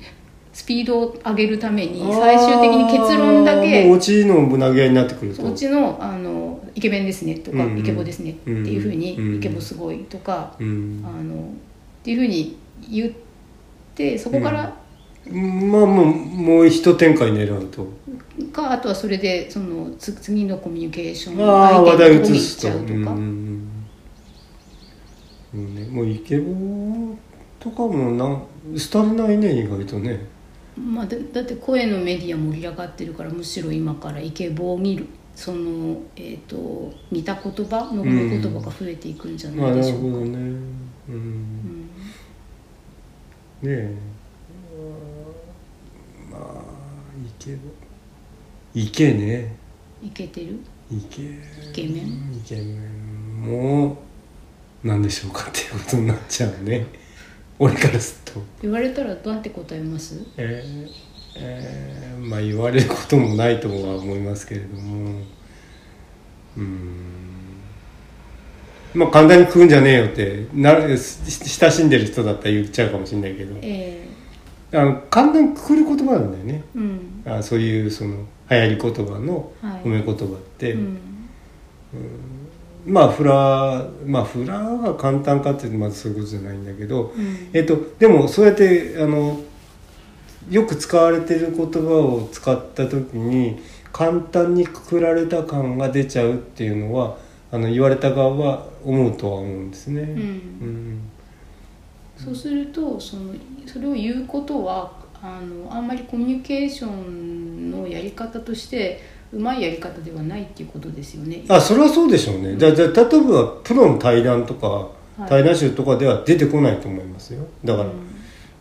Speaker 2: スピードを上げるために最終的に結論だ
Speaker 1: あーもう
Speaker 2: け
Speaker 1: 落ちのぶなげ合いになってくると
Speaker 2: うちのあのイケメンですねとか、
Speaker 1: うんうん
Speaker 2: イケボですねっていうふうに、
Speaker 1: うんうん
Speaker 2: イケボすごいとか、
Speaker 1: うん
Speaker 2: あのっていうふうに言ってそこから、
Speaker 1: まあもうもう一展開狙うと
Speaker 2: かあとはそれでそのつ次のコミュニケーション
Speaker 1: ああ話題移
Speaker 2: に行っ
Speaker 1: す
Speaker 2: ち
Speaker 1: と
Speaker 2: ゃうとか、
Speaker 1: うんうんうんもうねもうイケボとかもな廃れないね意外とね
Speaker 2: まあ、だだって声のメディア盛り上がってるからむしろ今からイケボを見るその、えー、と似た言葉の言葉が増えていくんじゃ
Speaker 1: まあ
Speaker 2: ないで
Speaker 1: な
Speaker 2: し
Speaker 1: る
Speaker 2: ょうか、
Speaker 1: ほどねう
Speaker 2: うん
Speaker 1: ね
Speaker 2: ん
Speaker 1: えまあイケボイケね
Speaker 2: イケてる
Speaker 1: イケイ
Speaker 2: ケメン
Speaker 1: イケメンも何でしょうかっていうことになっちゃうね俺からすると
Speaker 2: 言われたらどうやって答えます
Speaker 1: えーえーまあ言われることもないとは思いますけれどもうーんまあ簡単に食うんじゃねえよってなし親しんでる人だったら言っちゃうかもしれないけど
Speaker 2: え
Speaker 1: あの簡単にくくる言葉なんだよね
Speaker 2: えうん
Speaker 1: あそういうその流行り言葉の
Speaker 2: はい
Speaker 1: 褒め言葉って、
Speaker 2: うん
Speaker 1: まあフラまあフラが簡単かっていうとまずそういうことじゃないんだけど、
Speaker 2: うん
Speaker 1: えっとでもそうやってあのよく使われてる言葉を使った時に簡単にくくられた感が出ちゃうっていうのはあの言われた側は思うとは思うんですね。
Speaker 2: んそうするとそのそれを言うことはあのあんまりコミュニケーションのやり方としてうまいやり方ではないっていうことですよね
Speaker 1: あそれはそうでしょうね。じゃあじゃあ例えばプロの対談とか、
Speaker 2: い
Speaker 1: 対談集とかでは出てこないと思いますよ。だから、
Speaker 2: うん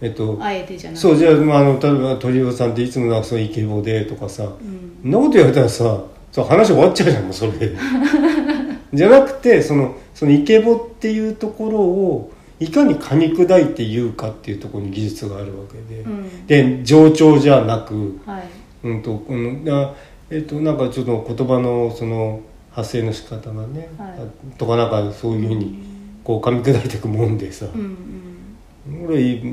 Speaker 1: えっと
Speaker 2: あえてじゃなくて
Speaker 1: そうじゃあ,、まあ、あの例えば鳥尾さんっていつもなんかそのイケボでとかさ、
Speaker 2: うん
Speaker 1: そんなこと言われたらさそう話終わっちゃうじゃんもうそ れでじゃなくてそのそのイケボっていうところをいかに噛み砕いて言うかっていうところに技術があるわけで、
Speaker 2: うん
Speaker 1: で冗長じゃなく
Speaker 2: はい
Speaker 1: うんとうんなえっとなんかちょっと言葉のその発声の仕方がね、
Speaker 2: はい
Speaker 1: あとかなんかそういうふうにこう噛み砕いていくもんでさ、
Speaker 2: うんうん
Speaker 1: 俺イ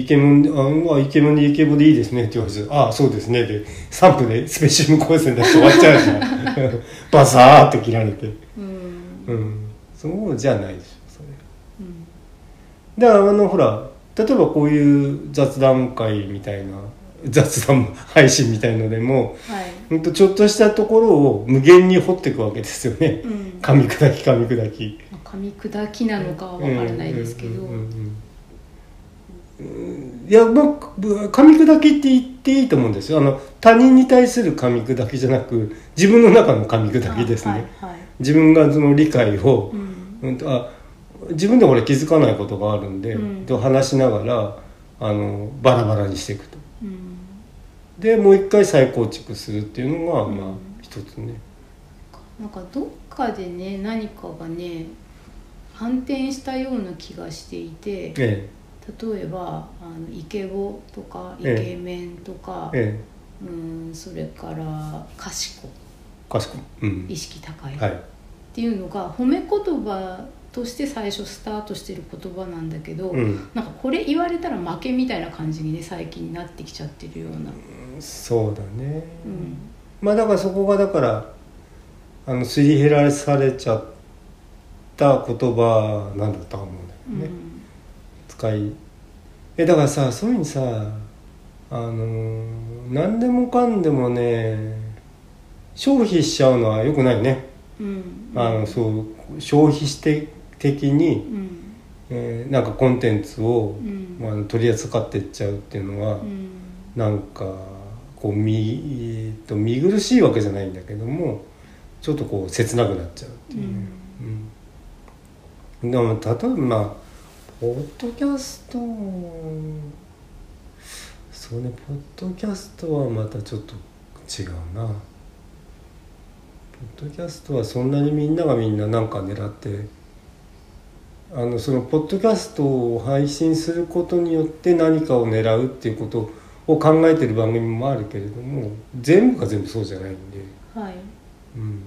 Speaker 1: イケメンあうわイケメンでイケボでいいですねって言われて「ああそうですね」で3分でスペシウム光線出して終わっちゃうじゃん バサーって切られて
Speaker 2: うん
Speaker 1: うんそうじゃないでしょそれ
Speaker 2: うん
Speaker 1: だからあのほら例えばこういう雑談会みたいな雑談配信みたいのでも
Speaker 2: はい
Speaker 1: ほんとちょっとしたところを無限に掘っていくわけですよね
Speaker 2: うん
Speaker 1: 噛み砕き噛み砕き
Speaker 2: まあ噛み砕きなのかは分からないですけ
Speaker 1: うんうん
Speaker 2: ど
Speaker 1: うんうんうんいやまあぶ噛み砕きって言っていいと思うんですよあの他人に対する噛み砕きじゃなく自分の中の噛み砕きですね、
Speaker 2: あはいはい
Speaker 1: 自分がその理解を
Speaker 2: う、ん
Speaker 1: うんと、あ自分で俺気づかないことがあるんで、
Speaker 2: うん
Speaker 1: と話しながらあのバラバラにしていくと
Speaker 2: うん
Speaker 1: でもう一回再構築するっていうのが、
Speaker 2: うん
Speaker 1: まあ一つね
Speaker 2: なんかどっかでね何かがね反転したような気がしていて例
Speaker 1: え
Speaker 2: えばあのイケボとかイ
Speaker 1: ええ
Speaker 2: ケメンとか
Speaker 1: え、ええ
Speaker 2: うんそれから賢い
Speaker 1: かしこうん
Speaker 2: 意識高い、
Speaker 1: はい
Speaker 2: っていうのが褒め言葉として最初スタートしてる言葉なんだけど、
Speaker 1: うん
Speaker 2: なんかこれ言われたら負けみたいな感じにね最近なってきちゃってるような、
Speaker 1: そうだね、
Speaker 2: うん
Speaker 1: まあだからそこがだからあのすり減らされちゃった言葉なんだとは思う
Speaker 2: うんん
Speaker 1: だよね、使いえだからさそういうふうにさあのー何でもかんでもね消費しちゃうのはよくないね、
Speaker 2: うん
Speaker 1: あのそう消費して的
Speaker 2: う
Speaker 1: に、
Speaker 2: ん
Speaker 1: えーなんかコンテンツを
Speaker 2: う、ん
Speaker 1: まあ、取り扱ってっちゃうっていうのは、
Speaker 2: うん
Speaker 1: なんかこう見,、えーっと見苦しいわけじゃないんだけどもちょっとこう切なくなっちゃうっていう、うんでも例えばまあポッドキャストそうねポッドキャストはまたちょっと違うなポッドキャストはそんなにみんながみんななんか狙ってあのそのポッドキャストを配信することによって何かを狙うっていうことを考えてる番組もあるけれども全部が全部そうじゃないんで、
Speaker 2: はい
Speaker 1: うん、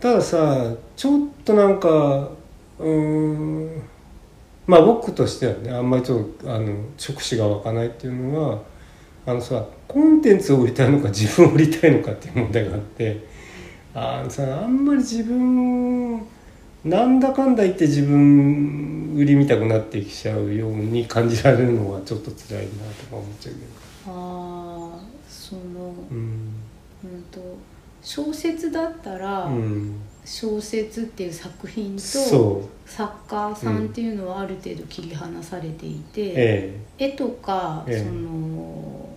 Speaker 1: たださちょっとなんかうーんまあ僕としてはねあんまりちょっとあの直視が湧かないっていうのはあのさコンテンツを売りたいのか自分を売りたいのかっていう問題があってあのさあんまり自分なんだかんだ言って自分売り見たくなってきちゃうように感じられるのはちょっと辛いなとか思っちゃうけ
Speaker 2: あーその、
Speaker 1: どうん
Speaker 2: うん、と小説だったら、
Speaker 1: うん
Speaker 2: 小説っていう作品と
Speaker 1: そう
Speaker 2: 作家さんっていうのはある程度切り離されていて、
Speaker 1: え
Speaker 2: 絵とか、
Speaker 1: ええ
Speaker 2: その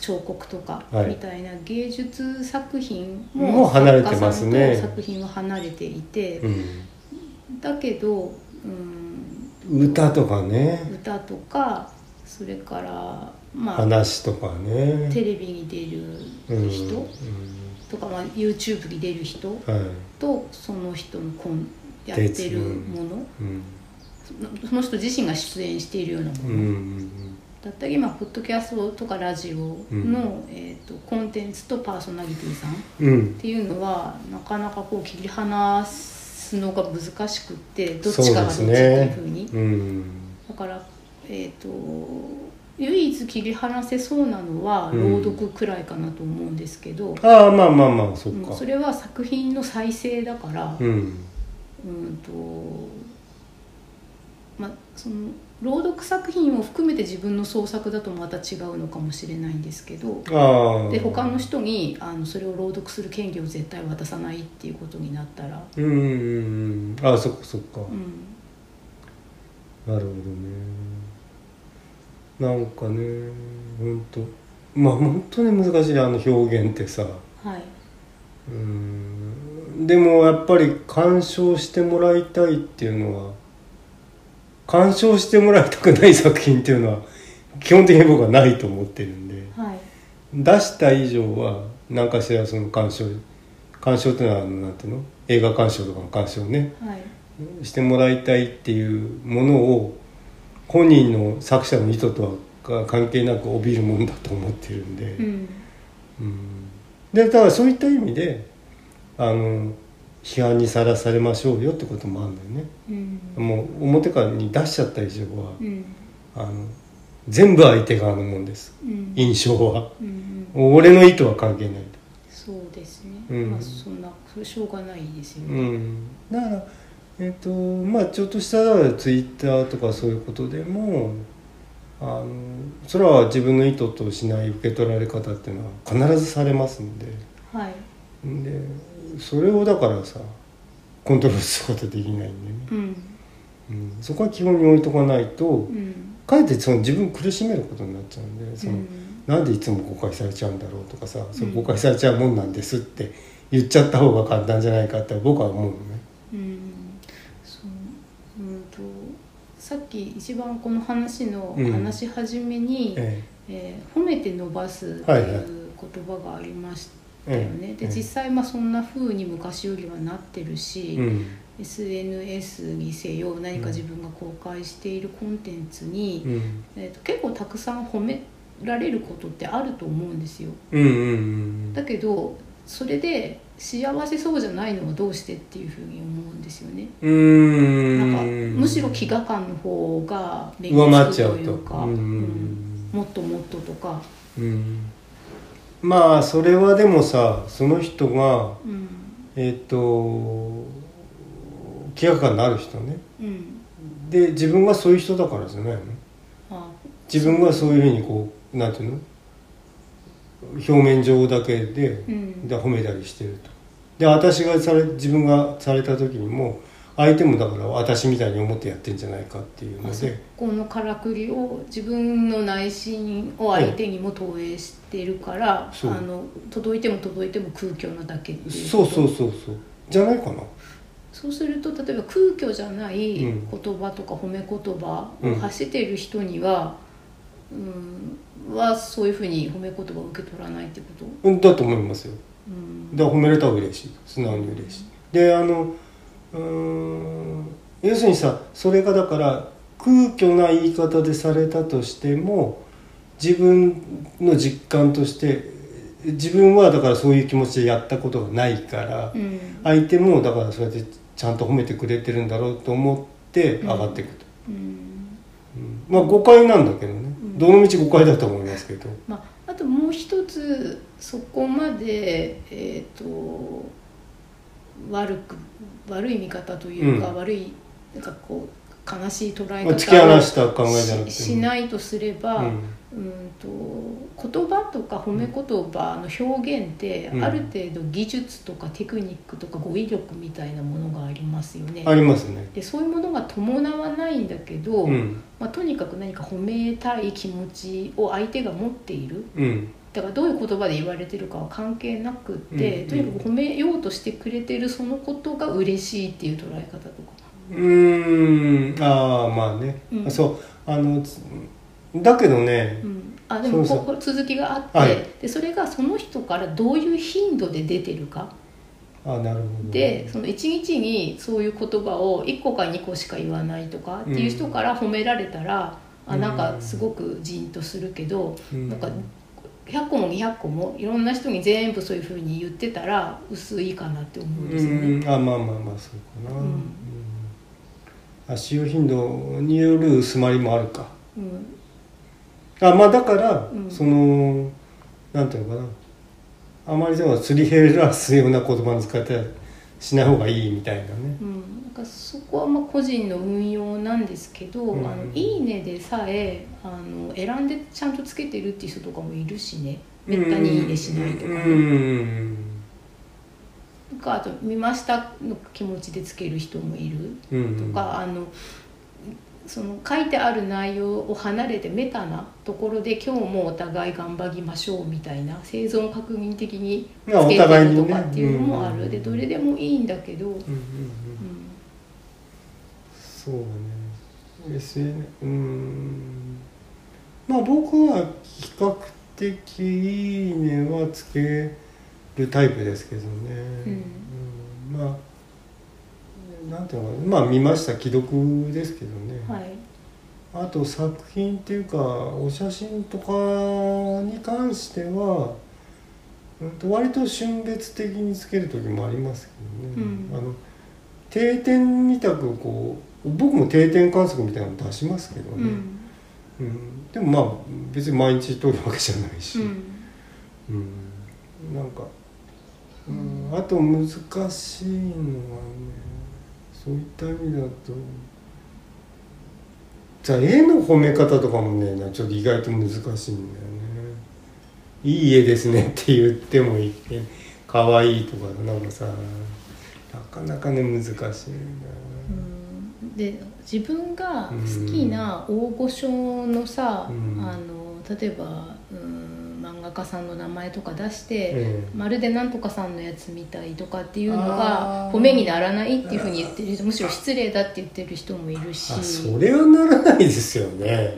Speaker 2: 彫刻とか
Speaker 1: はい
Speaker 2: みたいな芸術作品
Speaker 1: もう離れてます
Speaker 2: 作家
Speaker 1: ね
Speaker 2: さんと作品は離れていて
Speaker 1: え、うん
Speaker 2: だけど、うん、
Speaker 1: 歌とかね
Speaker 2: 歌とかそれから、まあ、
Speaker 1: 話とかね
Speaker 2: テレビに出
Speaker 1: うん
Speaker 2: る人、とか、まあ、YouTube に出る人
Speaker 1: うんはい
Speaker 2: とその人のコンやってるもの
Speaker 1: うん
Speaker 2: そのその人自身が出演しているようなも
Speaker 1: う
Speaker 2: の、
Speaker 1: んうん
Speaker 2: だったり、まあ、ポッドキャストとかラジオの、
Speaker 1: うん
Speaker 2: えー、とコンテンツとパーソナリティさんっ
Speaker 1: うん
Speaker 2: ていうのはなかなかこう切り離すのが難しくってどっちかがどっち
Speaker 1: そう
Speaker 2: って
Speaker 1: ですね
Speaker 2: いうふうに
Speaker 1: うん
Speaker 2: だから、えー、と唯一切り離せそうなのは
Speaker 1: うん
Speaker 2: 朗読くらいかなと思うんですけど、
Speaker 1: ああまあまあまあそっ
Speaker 2: うん
Speaker 1: か
Speaker 2: それは作品の再生だから、
Speaker 1: うん
Speaker 2: うんとまあその朗読作品を含めて自分の創作だとまた違うのかもしれないんですけど
Speaker 1: ああ
Speaker 2: で他の人にあのそれを朗読する権利を絶対渡さないっていうことになったら、
Speaker 1: うんうんうんああそっかそっか
Speaker 2: うん、
Speaker 1: なるほどねなんかね本当まあ本当に難しいあの表現ってさ
Speaker 2: はい、
Speaker 1: うんでもやっぱり鑑賞してもらいたいっていうのは鑑賞してもらいたくない作品っていうのは基本的に僕はないと思ってるんで
Speaker 2: はい、
Speaker 1: 出した以上は何かしらその鑑賞鑑賞っていうのはあのなんていうの映画鑑賞とかの鑑賞ね
Speaker 2: はい、
Speaker 1: してもらいたいっていうものを本人の作者の意図とは関係なく帯びるもんだと思ってるんで。
Speaker 2: うん、
Speaker 1: うんでだからそういった意味であの批判にさらされましょうよってこともあるんだよね
Speaker 2: うん
Speaker 1: もう表からに出しちゃった以上は
Speaker 2: うん
Speaker 1: あの全部相手側のもんです
Speaker 2: うん
Speaker 1: 印象は
Speaker 2: うんうん
Speaker 1: 俺の意図は関係ない
Speaker 2: そうですね、
Speaker 1: うん
Speaker 2: まあそんなそれしょうがないですよ
Speaker 1: う
Speaker 2: ね、
Speaker 1: んだからえっ、とまあちょっとしたツイッターとかそういうことでもあのそれは自分の意図としない受け取られ方っていうのは必ずされますので
Speaker 2: はい、
Speaker 1: んでそれをだからさコントロールすることできないんでね、
Speaker 2: うん
Speaker 1: うん、そこは基本に置いとかないと、
Speaker 2: うん
Speaker 1: かえってその自分を苦しめることになっちゃうんでその、
Speaker 2: うん
Speaker 1: なんでいつも誤解されちゃうんだろうとかさそうれ
Speaker 2: ん
Speaker 1: 誤解されちゃうもんなんですって言っちゃった方が簡単じゃないかって僕は思うのね。
Speaker 2: うんそううんとさっき一番この話の
Speaker 1: うん
Speaker 2: 話し始めに、
Speaker 1: え
Speaker 2: えー褒めて伸ばすって
Speaker 1: はいはい
Speaker 2: いう言葉がありましたよね、
Speaker 1: ええ
Speaker 2: で
Speaker 1: ええ
Speaker 2: 実際まあそんな風に昔よりはなってる
Speaker 1: え
Speaker 2: し、
Speaker 1: うん、
Speaker 2: SNS にせよ何か自分が公開しているコンテンツに、
Speaker 1: うん
Speaker 2: えー、と結構たくさん褒められることってあると思うんですよ
Speaker 1: うんうん
Speaker 2: だけどそれで幸せそうじゃないのはどうしてっていうふうに思うんですよね
Speaker 1: うんうん
Speaker 2: なんかむしろ飢餓感の方が目
Speaker 1: 上回っちゃ
Speaker 2: と
Speaker 1: う
Speaker 2: い
Speaker 1: と
Speaker 2: うか、
Speaker 1: うん
Speaker 2: うんもっともっととか、
Speaker 1: うんまあそれはでもさその人が
Speaker 2: うん
Speaker 1: えっ、と飢餓感のある人ね
Speaker 2: うん、
Speaker 1: で自分がそういう人だからじゃないの
Speaker 2: あ
Speaker 1: 自分がそういうふうにこうなんていうの表面上だけで,、
Speaker 2: うん
Speaker 1: で褒めたりしてるとで私がされ自分がされた時にも相手もだから私みたいに思ってやってんじゃないかっていうの
Speaker 2: あそ
Speaker 1: で
Speaker 2: このからくりを自分の内心を相手にも投影してるから、
Speaker 1: そう
Speaker 2: あの届いても届いても空虚なだけっていう
Speaker 1: そう
Speaker 2: こと
Speaker 1: そうそうそうじゃないかな
Speaker 2: そうすると例えば空虚じゃない言
Speaker 1: うん
Speaker 2: 葉とか褒め言葉
Speaker 1: うん
Speaker 2: を発している人には、うんはそういうふうに褒め言葉を受け取らないってこと、
Speaker 1: うんだと思いますよ
Speaker 2: うん
Speaker 1: で褒められたら嬉しい素直に嬉しいであのうーん要するにさそれがだから空虚な言い方でされたとしても自分の実感として自分はだからそういう気持ちでやったことがないから、
Speaker 2: うん
Speaker 1: 相手もだからそうやってちゃんと褒めてくれてるんだろうと思って上がっていくと、
Speaker 2: うん
Speaker 1: うんまあ誤解なんだけどね、
Speaker 2: うん
Speaker 1: どの道誤解だと思いますけど、
Speaker 2: まあ、あともう一つそこまで、えー、と悪く悪い見方というか、
Speaker 1: うん
Speaker 2: 悪いなんかこう悲しい捉え
Speaker 1: まあ、突き放
Speaker 2: 方を
Speaker 1: した考えじゃなくても
Speaker 2: ししないとすれば、
Speaker 1: うん
Speaker 2: うんと言葉とか褒め言葉の表現って、
Speaker 1: うん
Speaker 2: ある程度技術とかテクニックとか語彙力みたいなものがありますよね。
Speaker 1: ありますね、
Speaker 2: でそういうものが伴わないんだけど、
Speaker 1: うん
Speaker 2: まあ、とにかく何か褒めたい気持ちを相手が持っている
Speaker 1: うん
Speaker 2: だからどういう言葉で言われてるかは関係なくって、
Speaker 1: うん
Speaker 2: とにかく褒めようとしてくれてるそのことが嬉しいっていう捉え方とか。
Speaker 1: うーんああまあね、
Speaker 2: うん
Speaker 1: そうあのつだけどね
Speaker 2: うん、あでも
Speaker 1: そう
Speaker 2: こ
Speaker 1: そう
Speaker 2: こ続きがあって、
Speaker 1: はい
Speaker 2: でそれがその人からどういう頻度で出てるか
Speaker 1: あなるほど
Speaker 2: でその1日にそういう言葉を1個か2個しか言わないとかっていう人から褒められたら、
Speaker 1: うん
Speaker 2: あなんかすごくじんとするけど、
Speaker 1: うん
Speaker 2: なんか100個も200個もいろんな人に全部そういうふうに言ってたら薄いかなって思うんですよね。
Speaker 1: うんあまあまあまあそうかな、
Speaker 2: う
Speaker 1: うんんあ使用頻度による薄まりもあるか
Speaker 2: うん
Speaker 1: あまあだから、
Speaker 2: うん
Speaker 1: そのなんていうのかなあまりでもすり減らすような言葉の使い方しない方がいいみたいなね
Speaker 2: うん、なんかそこはまあ個人の運用なんですけど「
Speaker 1: うん
Speaker 2: あのいいね」でさえあの選んでちゃんとつけてるっていう人とかもいるしねめったに「いいね」しないとか、
Speaker 1: うん
Speaker 2: ねなんかあと「見ました」の気持ちでつける人もいる
Speaker 1: うんうん
Speaker 2: とか、あのその書いてある内容を離れてメタなところで今日もお互い頑張りましょうみたいな生存確認的につ
Speaker 1: まあお
Speaker 2: けて
Speaker 1: 互い
Speaker 2: る
Speaker 1: に
Speaker 2: と
Speaker 1: ね
Speaker 2: かっていうのもあ
Speaker 1: うん
Speaker 2: るでどれでもいいんだけど、うん
Speaker 1: うんうんうんそうだね SN うーんまあ僕は比較的いいねはつけるタイプですけどね、うんまあなんていうのかなまあ見ました既読ですけどね、
Speaker 2: はい
Speaker 1: あと作品っていうかお写真とかに関してはうんと割と旬別的につける時もありますけどね、
Speaker 2: うん
Speaker 1: あの定点みたくこう僕も定点観測みたいなの出しますけど
Speaker 2: う
Speaker 1: ね、
Speaker 2: ん
Speaker 1: うんでもまあ別に毎日撮るわけじゃないし、
Speaker 2: うん
Speaker 1: うんなんか、うん、あと難しいのはねそういった意味だとじゃあ絵の褒め方とかもねなちょっと意外と難しいんだよね「いい絵ですね」って言ってもいい「かわいい」とかなんかさなかなかね難しいんだよね
Speaker 2: うんで自分が好きな大御所のさ、
Speaker 1: うん
Speaker 2: あの例えば、うん、漫画家さんの名前とか出し
Speaker 1: え
Speaker 2: て、
Speaker 1: え
Speaker 2: まるでなんとかさんのやつみたいとかっていうの
Speaker 1: あ
Speaker 2: が
Speaker 1: ー
Speaker 2: 褒めにならないっていうふうに言ってる人むしろ失礼だって言ってる人もいるし
Speaker 1: あそれはならないですよね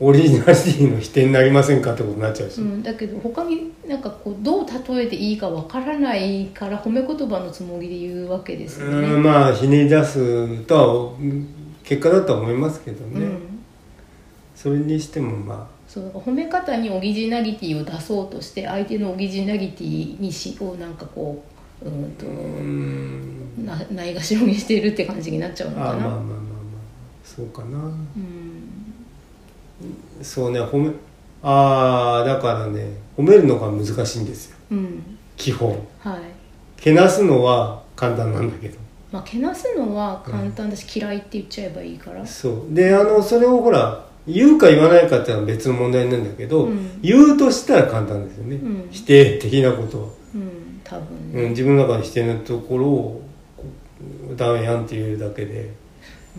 Speaker 2: う、ん
Speaker 1: オリジナリティの否定になりませんかってことになっちゃうし、
Speaker 2: うん、だけど他になんかこうどう例えていいかわからないから褒め言葉のつもりで言うわけですよね。
Speaker 1: うんまあひねり出すとはうん結果だとは思いますけど
Speaker 2: う
Speaker 1: ね、
Speaker 2: ん
Speaker 1: それにしてもま
Speaker 2: そうだから褒め方にオリジナリティを出そうとして相手のオリジナリティにしをなんかこううんと
Speaker 1: あうん
Speaker 2: なないがしろにしているって感じになっちゃう
Speaker 1: あ
Speaker 2: の
Speaker 1: まあ
Speaker 2: か
Speaker 1: まあまあまあま
Speaker 2: な。
Speaker 1: あそうかな
Speaker 2: うん
Speaker 1: そうね褒めああだからね褒めるのが難しいんですよ
Speaker 2: うん
Speaker 1: 基本
Speaker 2: はい
Speaker 1: けなすのは簡単なんだけど
Speaker 2: まあ、けなすのは簡単だし、嫌いって言っちゃえばいいから、
Speaker 1: そうであのそれをほら言うか言わないかっていうのは別の問題なんだけど、
Speaker 2: うん
Speaker 1: 言うとしたら簡単ですよね、
Speaker 2: うん
Speaker 1: 否定的なことは。
Speaker 2: うん、多分
Speaker 1: うん、
Speaker 2: ね、
Speaker 1: 自分の中の否定のところをこうダメやんっていうだけで、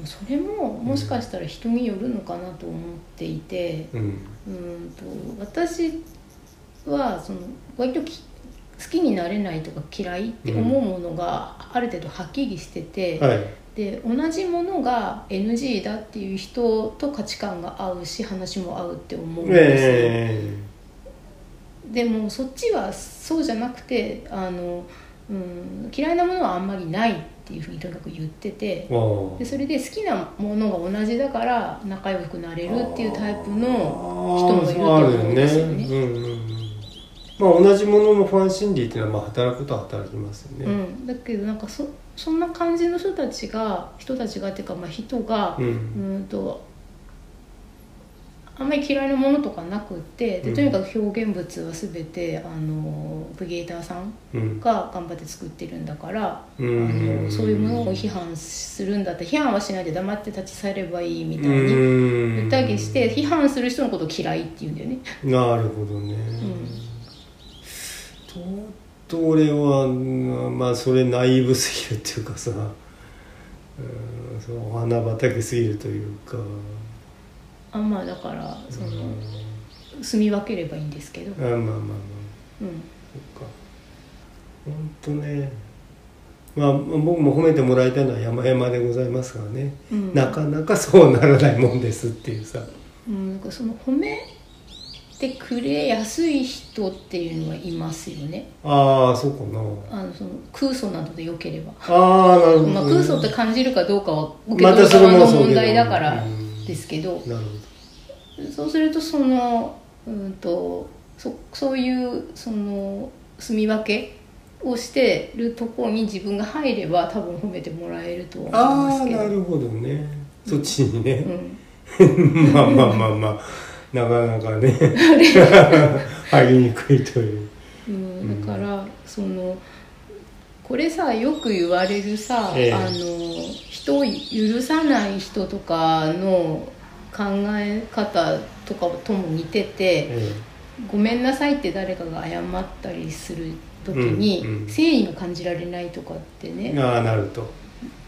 Speaker 2: それももしかしたら人によるのかなと思っていて、
Speaker 1: うん、
Speaker 2: うんと私はその割とき好きになれないとか嫌いって思うものがある程度はっきりしてて、
Speaker 1: はい、
Speaker 2: で同じものが NG だっていう人と価値観が合うし話も合うって思うんですよ。
Speaker 1: え
Speaker 2: でもそっちはそうじゃなくてあの、うん、嫌いなものはあんまりないっていうふうにとにかく言ってて
Speaker 1: えわあ
Speaker 2: でそれで好きなものが同じだから仲良くなれるっていうタイプの
Speaker 1: の
Speaker 2: 人もいると思うんですよね
Speaker 1: うんうんうんまあ同じもののファン心理っていうのはまあ働くことは働きますよ
Speaker 2: う
Speaker 1: ね。
Speaker 2: ん、だけどなんかそそんな感じの人たちが人たちがっていうか、まあ、人が
Speaker 1: う、、
Speaker 2: うんん、とあんまり嫌いなものとかなくって
Speaker 1: う
Speaker 2: で
Speaker 1: ん
Speaker 2: とにかく表現物は全てあのクリエイターさん
Speaker 1: うん、
Speaker 2: が頑張って作ってるんだから、
Speaker 1: う
Speaker 2: あ
Speaker 1: ん
Speaker 2: のそういうものを批判するんだって批判はしないで黙って立ち去ればいいみたい
Speaker 1: に
Speaker 2: に。宴して批判する人のことを嫌いって言うんだよね。
Speaker 1: なるほどね、とと俺はうんまあそれナイーブすぎるっていうかさうんそのお花畑すぎるというか
Speaker 2: あまあだからその
Speaker 1: うん
Speaker 2: 住み分ければいいんですけど。
Speaker 1: あまあまあまあ
Speaker 2: う
Speaker 1: そ
Speaker 2: ん
Speaker 1: っかほんとねまあ僕も褒めてもらいたいのは山々でございますからね、
Speaker 2: うん
Speaker 1: なかなかそうならないもんですっていうさ
Speaker 2: うん、なんかその褒めてくれやすい人っていうのはいますよね
Speaker 1: ああそうかな
Speaker 2: あのその空想などでよければ、
Speaker 1: ああなるほどね、
Speaker 2: まあ、空想って感じるかどうかは受け
Speaker 1: ま
Speaker 2: 取
Speaker 1: たそ
Speaker 2: る
Speaker 1: れも
Speaker 2: 側の
Speaker 1: そう
Speaker 2: 問
Speaker 1: けど
Speaker 2: 題だから
Speaker 1: うん
Speaker 2: ですけど
Speaker 1: なるほ
Speaker 2: そうするとそのうんとそそういうその住み分けをしてるところに自分が入れば多分褒めてもらえると思い
Speaker 1: どあ
Speaker 2: ます
Speaker 1: あ
Speaker 2: けど
Speaker 1: なるほどねそっちにね、
Speaker 2: うん、
Speaker 1: まあまあまあまあなかなかね入りにくいという
Speaker 2: うん、だからそのこれさよく言われるさ、
Speaker 1: ええ
Speaker 2: あの人を許さない人とかの考え方とかとも似てて
Speaker 1: え
Speaker 2: 「ごめんなさい」って誰かが謝ったりする時に、
Speaker 1: うんうん
Speaker 2: 誠意が感じられないとかってね、
Speaker 1: えああなると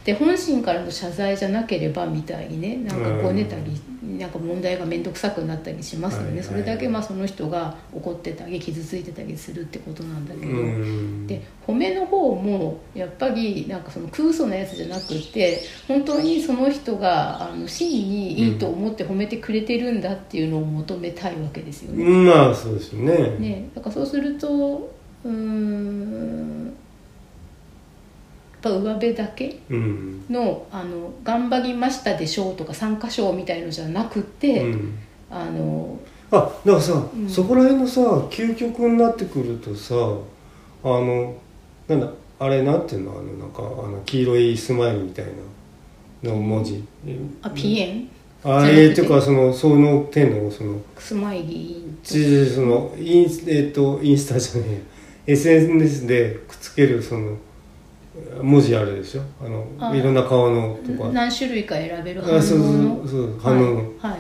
Speaker 2: で本心からの謝罪じゃなければみたいにねなんかこ
Speaker 1: う
Speaker 2: うんねたり、なんか問題が面倒くさくなったりしますよね、
Speaker 1: はいはい
Speaker 2: それだけまあその人が怒ってたり傷ついてたりするってことなんだけ
Speaker 1: う
Speaker 2: ど、
Speaker 1: ん
Speaker 2: で褒めの方もやっぱりなんかその空想なやつじゃなくて本当にその人があの真にいいと思って褒めてくれてるんだっていうのを求めたいわけですよね。
Speaker 1: まあそうですよね
Speaker 2: ねだからそうするとうーんやっぱ上辺だけ
Speaker 1: うん、
Speaker 2: のあの「頑張りましたでしょう」とか「参加賞」みたいのじゃなくて、
Speaker 1: うん、
Speaker 2: あの
Speaker 1: あなんかさ、
Speaker 2: うん
Speaker 1: そこら辺のさ究極になってくるとさあのなんだあれなんていうのあのなんかあの黄色いスマイルみたいなの文字
Speaker 2: あピエン
Speaker 1: あ
Speaker 2: じゃな
Speaker 1: れ
Speaker 2: く
Speaker 1: って
Speaker 2: て
Speaker 1: いうかそのその点のその
Speaker 2: クスマイリー
Speaker 1: ちちそのインスえっとインスタじゃねえ SNS でくっつけるその文字あるでしょあの
Speaker 2: あ
Speaker 1: いろんな顔のとか
Speaker 2: 何種類か選べる反応
Speaker 1: あそう
Speaker 2: の
Speaker 1: そうそう反応の、
Speaker 2: はい、はい、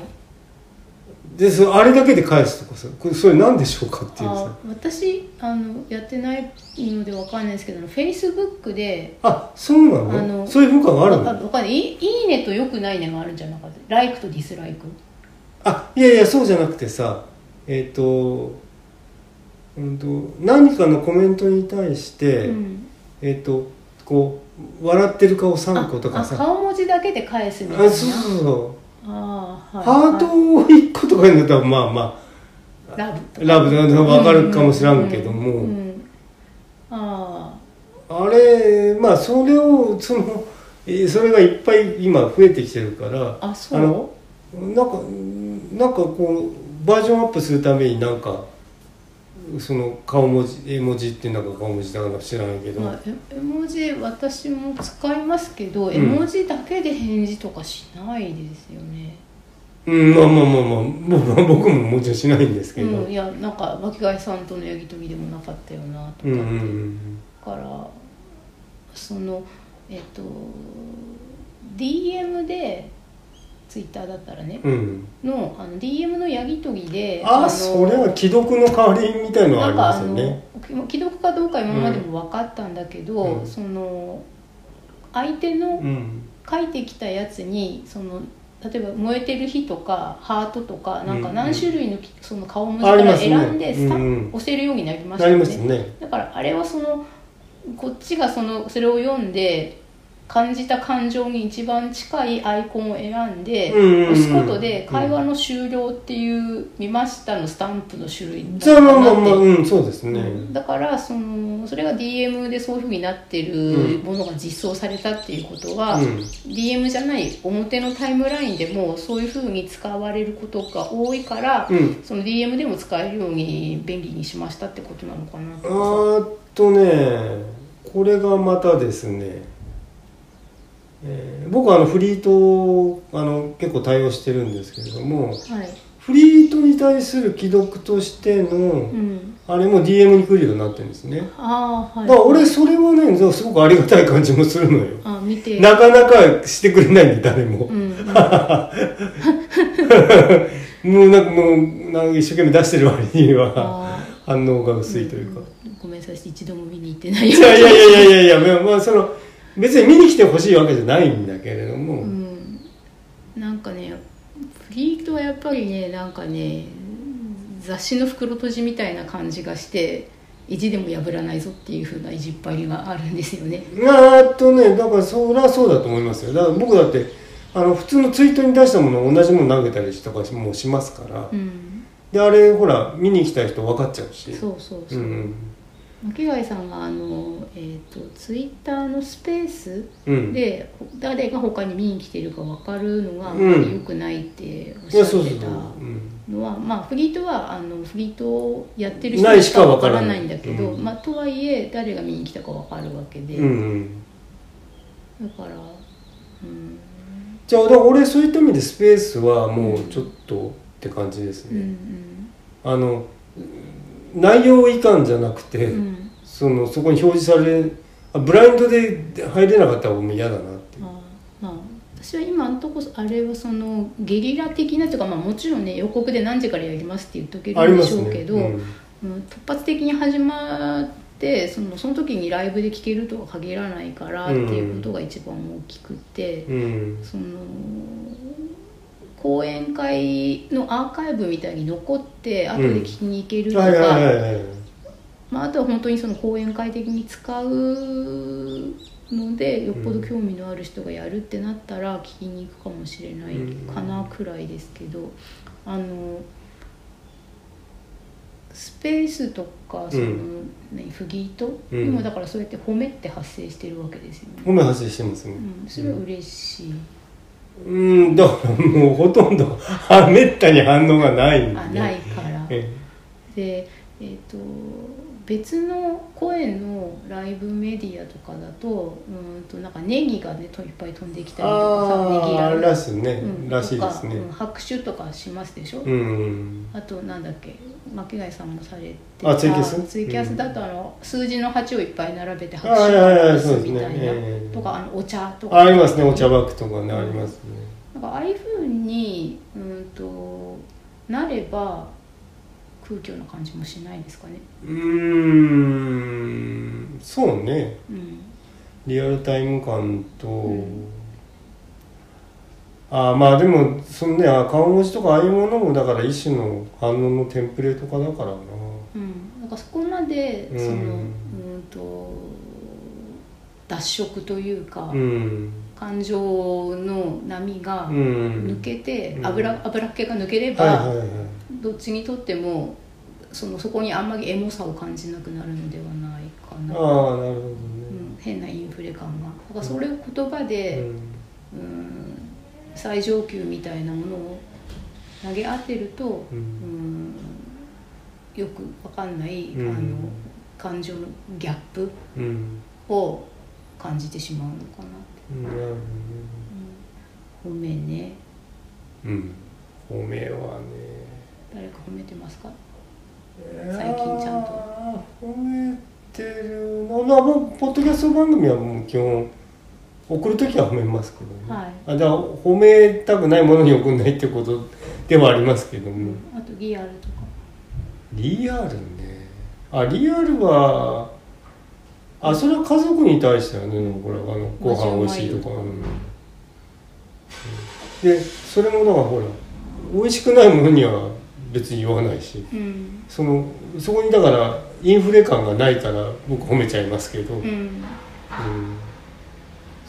Speaker 1: でそれあれだけで返すとかさこれそれ何でしょうかっていう
Speaker 2: あ
Speaker 1: さ
Speaker 2: 私あのやってないのでわかんないですけどフェイスブックで
Speaker 1: あそうな
Speaker 2: あ
Speaker 1: の
Speaker 2: の
Speaker 1: そういう文化がある
Speaker 2: わ
Speaker 1: の
Speaker 2: かわかんないいいいいねとよくないねがあるんじゃなかったライクとディスライク
Speaker 1: あいやいやそうじゃなくてさえっ、と,、うん、と何かのコメントに対して、
Speaker 2: うん
Speaker 1: えっ、とこう笑ってる顔3個とか
Speaker 2: あ
Speaker 1: さ
Speaker 2: あ
Speaker 1: あ
Speaker 2: 顔文字だけで返すみたいな
Speaker 1: そうそうそう
Speaker 2: あー、はい、
Speaker 1: ハートを1個とかになったらまあま
Speaker 2: はいラブと
Speaker 1: あラブだと分かるかもしらんけども、
Speaker 2: うんうんあ
Speaker 1: あれまあそれをそのえそれがいっぱい今増えてきてるから
Speaker 2: ああそう
Speaker 1: あのなんかなんかこうバージョンアップするためになんかその顔文字絵文字ってなんか顔文字だから知らないけど、
Speaker 2: まあ、絵絵文字私も使いますけど、
Speaker 1: ん
Speaker 2: 絵文字だけで返事とかしないですよね、
Speaker 1: うんまあまあまあまあ僕は僕ももちろんしないんですけど、
Speaker 2: うん、いやなんか巻貝さんとのやり取りでもなかったよなとかって、
Speaker 1: うんうんうん
Speaker 2: だからそのえっと DM でツイッターだったらね
Speaker 1: うんうん
Speaker 2: のあの DM のやり取りで
Speaker 1: あ
Speaker 2: の
Speaker 1: あそれは既読の代わりみたいのはあ
Speaker 2: なん
Speaker 1: り
Speaker 2: か
Speaker 1: ま
Speaker 2: あ
Speaker 1: すよ
Speaker 2: の
Speaker 1: ね
Speaker 2: 既読かどうか今までも分かったんだけど、
Speaker 1: うん
Speaker 2: その相手の
Speaker 1: うん
Speaker 2: 書いてきたやつにその例えば「燃えてる日」とか「ハート」とかなんか
Speaker 1: うん
Speaker 2: 何種類のきその顔文字
Speaker 1: あ
Speaker 2: か
Speaker 1: りま
Speaker 2: ら
Speaker 1: すね
Speaker 2: 選んでスタ
Speaker 1: うんうん
Speaker 2: 押せるようになりました
Speaker 1: な
Speaker 2: よ
Speaker 1: り
Speaker 2: ね
Speaker 1: ますね
Speaker 2: だからあれはそのこっちがそのそれを読んで感じた感情に一番近いアイコンを選んで、
Speaker 1: うんうんうん
Speaker 2: 押すことで会話の終了っていう見ましたのスタンプの種類
Speaker 1: じゃあまあまあまあ
Speaker 2: って
Speaker 1: うんそうですね、
Speaker 2: だからそのそれが DM でそういうふうになってるものが実装されたっていうことは、
Speaker 1: うん
Speaker 2: DM じゃない表のタイムラインでもそういうふうに使われることが多いから、
Speaker 1: うん
Speaker 2: その DM でも使えるように便利にしましたってことなのかな
Speaker 1: あ
Speaker 2: とか
Speaker 1: ーっとねこれがまたですね、えー僕はあのフリートをあの結構対応してるんですけれども
Speaker 2: さはい、
Speaker 1: フリートに対する既読としての、
Speaker 2: うん、
Speaker 1: あれも DM に来るようになってるんですね、
Speaker 2: ああ
Speaker 1: だ
Speaker 2: はい
Speaker 1: から俺それはねすごくありがたい感じもするのよ
Speaker 2: あ見て
Speaker 1: なかなかしてくれないんで誰も
Speaker 2: う、んうん、
Speaker 1: もうなんかもうなんか一生懸命出してる割には
Speaker 2: あ
Speaker 1: 反応が
Speaker 2: ー
Speaker 1: 薄いというか、
Speaker 2: んごめんなさい一度も見に行ってな い
Speaker 1: いやいやいやいやいやいや、まあ、その別に見に来てほしいわけじゃないんだけれども、
Speaker 2: うん、なんかねフリートはやっぱりねなんかね雑誌の袋閉じみたいな感じがして意地でも破らないぞっていう風な意地っぱりがあるんですよね
Speaker 1: まああとねだからそりゃそうだと思いますよだから僕だってあの普通のツイートに出したものを同じもの投げたりとかもしますから、
Speaker 2: うん
Speaker 1: であれほら見に来た人分かっちゃうし
Speaker 2: そうそうそう、
Speaker 1: ん
Speaker 2: 巻貝さんがあの、えー、とツイッターのスペース
Speaker 1: うん
Speaker 2: で誰が他に見に来てるか分かるのがあん
Speaker 1: うん
Speaker 2: まり良くないっておっ
Speaker 1: い
Speaker 2: しゃ
Speaker 1: や
Speaker 2: ってた、
Speaker 1: そうそうそう、うん、
Speaker 2: のは、まあ、フリートはあのフリートをやってる
Speaker 1: ない
Speaker 2: 人
Speaker 1: し
Speaker 2: し
Speaker 1: か
Speaker 2: か
Speaker 1: わ
Speaker 2: わ
Speaker 1: か
Speaker 2: からら
Speaker 1: ない
Speaker 2: ないんだけど、
Speaker 1: うん
Speaker 2: まあ、とはいえ誰が見に来たかわかるわけで、
Speaker 1: うんうん
Speaker 2: だから、うん
Speaker 1: じゃあだから俺そういった意味でスペースはもうちょっとって感じです
Speaker 2: うんう
Speaker 1: ね、
Speaker 2: ん
Speaker 1: あの内容いかんじゃなくて、
Speaker 2: うん、
Speaker 1: そのそこに表示されあブラインドで入れなかったらもう嫌だなっていう
Speaker 2: まあまあ私は今のとこあれはそのゲリラ的なというか、まあ、もちろんね予告で何時からやりますって言っとけ
Speaker 1: あり
Speaker 2: るん
Speaker 1: ま
Speaker 2: でし
Speaker 1: す
Speaker 2: ょ
Speaker 1: ね
Speaker 2: うけど、
Speaker 1: うん
Speaker 2: うん突発的に始まってそのその時にライブで聴けるとは限らないからっていうことが一番大きくて。
Speaker 1: うん
Speaker 2: その講演会のアーカイブみたいに残って後で聞きに行けると
Speaker 1: はいはいは
Speaker 2: か、
Speaker 1: いはい
Speaker 2: まあ、あとは本当にその講演会的に使うのでよっぽど興味のある人がやるってなったら聞きに行くかもしれないかなくらいですけどあのスペースとかその、
Speaker 1: うん
Speaker 2: 何フギート、
Speaker 1: うん
Speaker 2: 今だからそうやって褒めって発生してるわけですよね、
Speaker 1: 褒め発生してますね、
Speaker 2: うん、それは嬉しい、
Speaker 1: うんだからもうほとんどあめったに反応がないんで
Speaker 2: あないから
Speaker 1: え
Speaker 2: でえー、と別の声のライブメディアとかだとうーんとなんかネギがねといっぱい飛んでき
Speaker 1: え
Speaker 2: たりとかさネギ
Speaker 1: ああ
Speaker 2: が
Speaker 1: らしいね、
Speaker 2: うん
Speaker 1: らしいですね
Speaker 2: とかうん拍手とかしますでしょ、
Speaker 1: うん
Speaker 2: あとなんだっけ巻貝さんもされて
Speaker 1: あツイキャス
Speaker 2: ツイキャスだとあの、数字の8をいっぱい並べて拍
Speaker 1: はいはいはいそう
Speaker 2: 手
Speaker 1: ですね
Speaker 2: みたいな、
Speaker 1: ええ
Speaker 2: とかあのお茶とか
Speaker 1: ありますねお茶バッグとかねありますね
Speaker 2: なんかああいうふうにうんとなれば空虚な感じもしないですかね
Speaker 1: うーんそうね
Speaker 2: うん
Speaker 1: リアルタイム感と、
Speaker 2: うん
Speaker 1: ああまあでもそのねあ顔文字とかああいうものもだから一種の反応のテンプレート化だからな
Speaker 2: うん、なんかそこまでその、う
Speaker 1: うん
Speaker 2: ん、と脱色というか、
Speaker 1: うん
Speaker 2: 感情の波が
Speaker 1: うん
Speaker 2: 抜けて、
Speaker 1: うん
Speaker 2: 油油っ気が抜ければ、
Speaker 1: はいはいはい
Speaker 2: どっちにとってもそのそこにあんまりエモさを感じなくなるのではないか
Speaker 1: ああなる
Speaker 2: な、
Speaker 1: ほどね
Speaker 2: うん、変なインフレ感がだからそれを言葉で、うん、最上級みたいなものを投げ当てると、
Speaker 1: う
Speaker 2: うんん、よくわかんない、
Speaker 1: うん
Speaker 2: あの感情のギャップ
Speaker 1: うんうん
Speaker 2: を感じてしまうのかなって、
Speaker 1: うんなるほどね
Speaker 2: うん、褒めね
Speaker 1: うん褒めはね
Speaker 2: 誰か褒めてますか最近ちゃんと
Speaker 1: あー褒めてるなまあもうポッドキャスト番組はもう基本送る時は褒めますけどね、
Speaker 2: はい
Speaker 1: あじゃあ褒めたくないものに送んないってことではありますけども、
Speaker 2: あとギアルとか
Speaker 1: リアルねあリアルはあそれは家族に対してはねこれあのご飯美味しいとか、
Speaker 2: ご
Speaker 1: う
Speaker 2: 飯うまい
Speaker 1: んでそれもだからほら美味しくないものには別に言わないし
Speaker 2: うん
Speaker 1: そのそこにだからインフレ感がないから僕褒めちゃいますけど、うん
Speaker 2: うん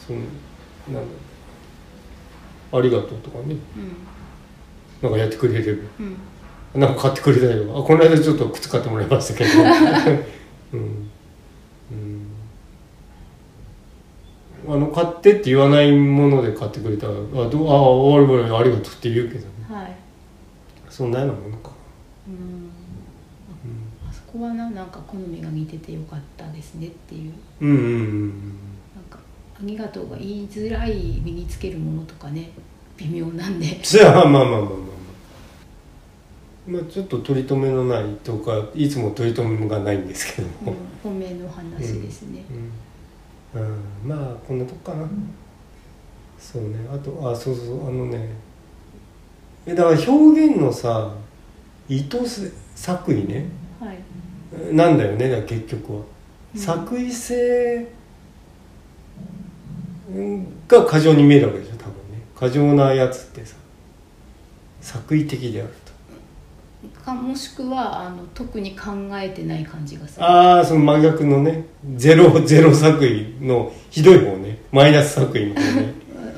Speaker 1: そのなんだありがとうとかねなんかやってくれれば
Speaker 2: うんうん
Speaker 1: なんか買ってくれたりとかあこの間ちょっと靴買ってもらいましたけどうん、うん、あの買ってって言わないもので買ってくれたらあどうあ終わるわありがとうって言うけどね
Speaker 2: はい
Speaker 1: そんなようなものか、
Speaker 2: うん
Speaker 1: うん
Speaker 2: あそこはななんか好みが似ててよかったですねっていう
Speaker 1: うんうんうん
Speaker 2: なんか「ありがとう」が言いづらい身につけるものとかね微妙なんで
Speaker 1: じゃあまあまあまあまあまあまあちょっと取り留めのないとかいつも取り留めがないんですけど
Speaker 2: うん
Speaker 1: も、
Speaker 2: 本命の話ですね
Speaker 1: うんうんまあこんなとこかな、そうねあとあそうそうそうあのねえだから表現のさ意図せ作為ね
Speaker 2: はい
Speaker 1: なんだよねだから結局は、
Speaker 2: うん
Speaker 1: 作為性が過剰に見えるわけでしょ多分ね過剰なやつってさ作為的であると
Speaker 2: かもしくはあの特に考えてない感じがする
Speaker 1: ああその真逆のねゼロゼロ作為のひどい方ねマイナス作為の方ね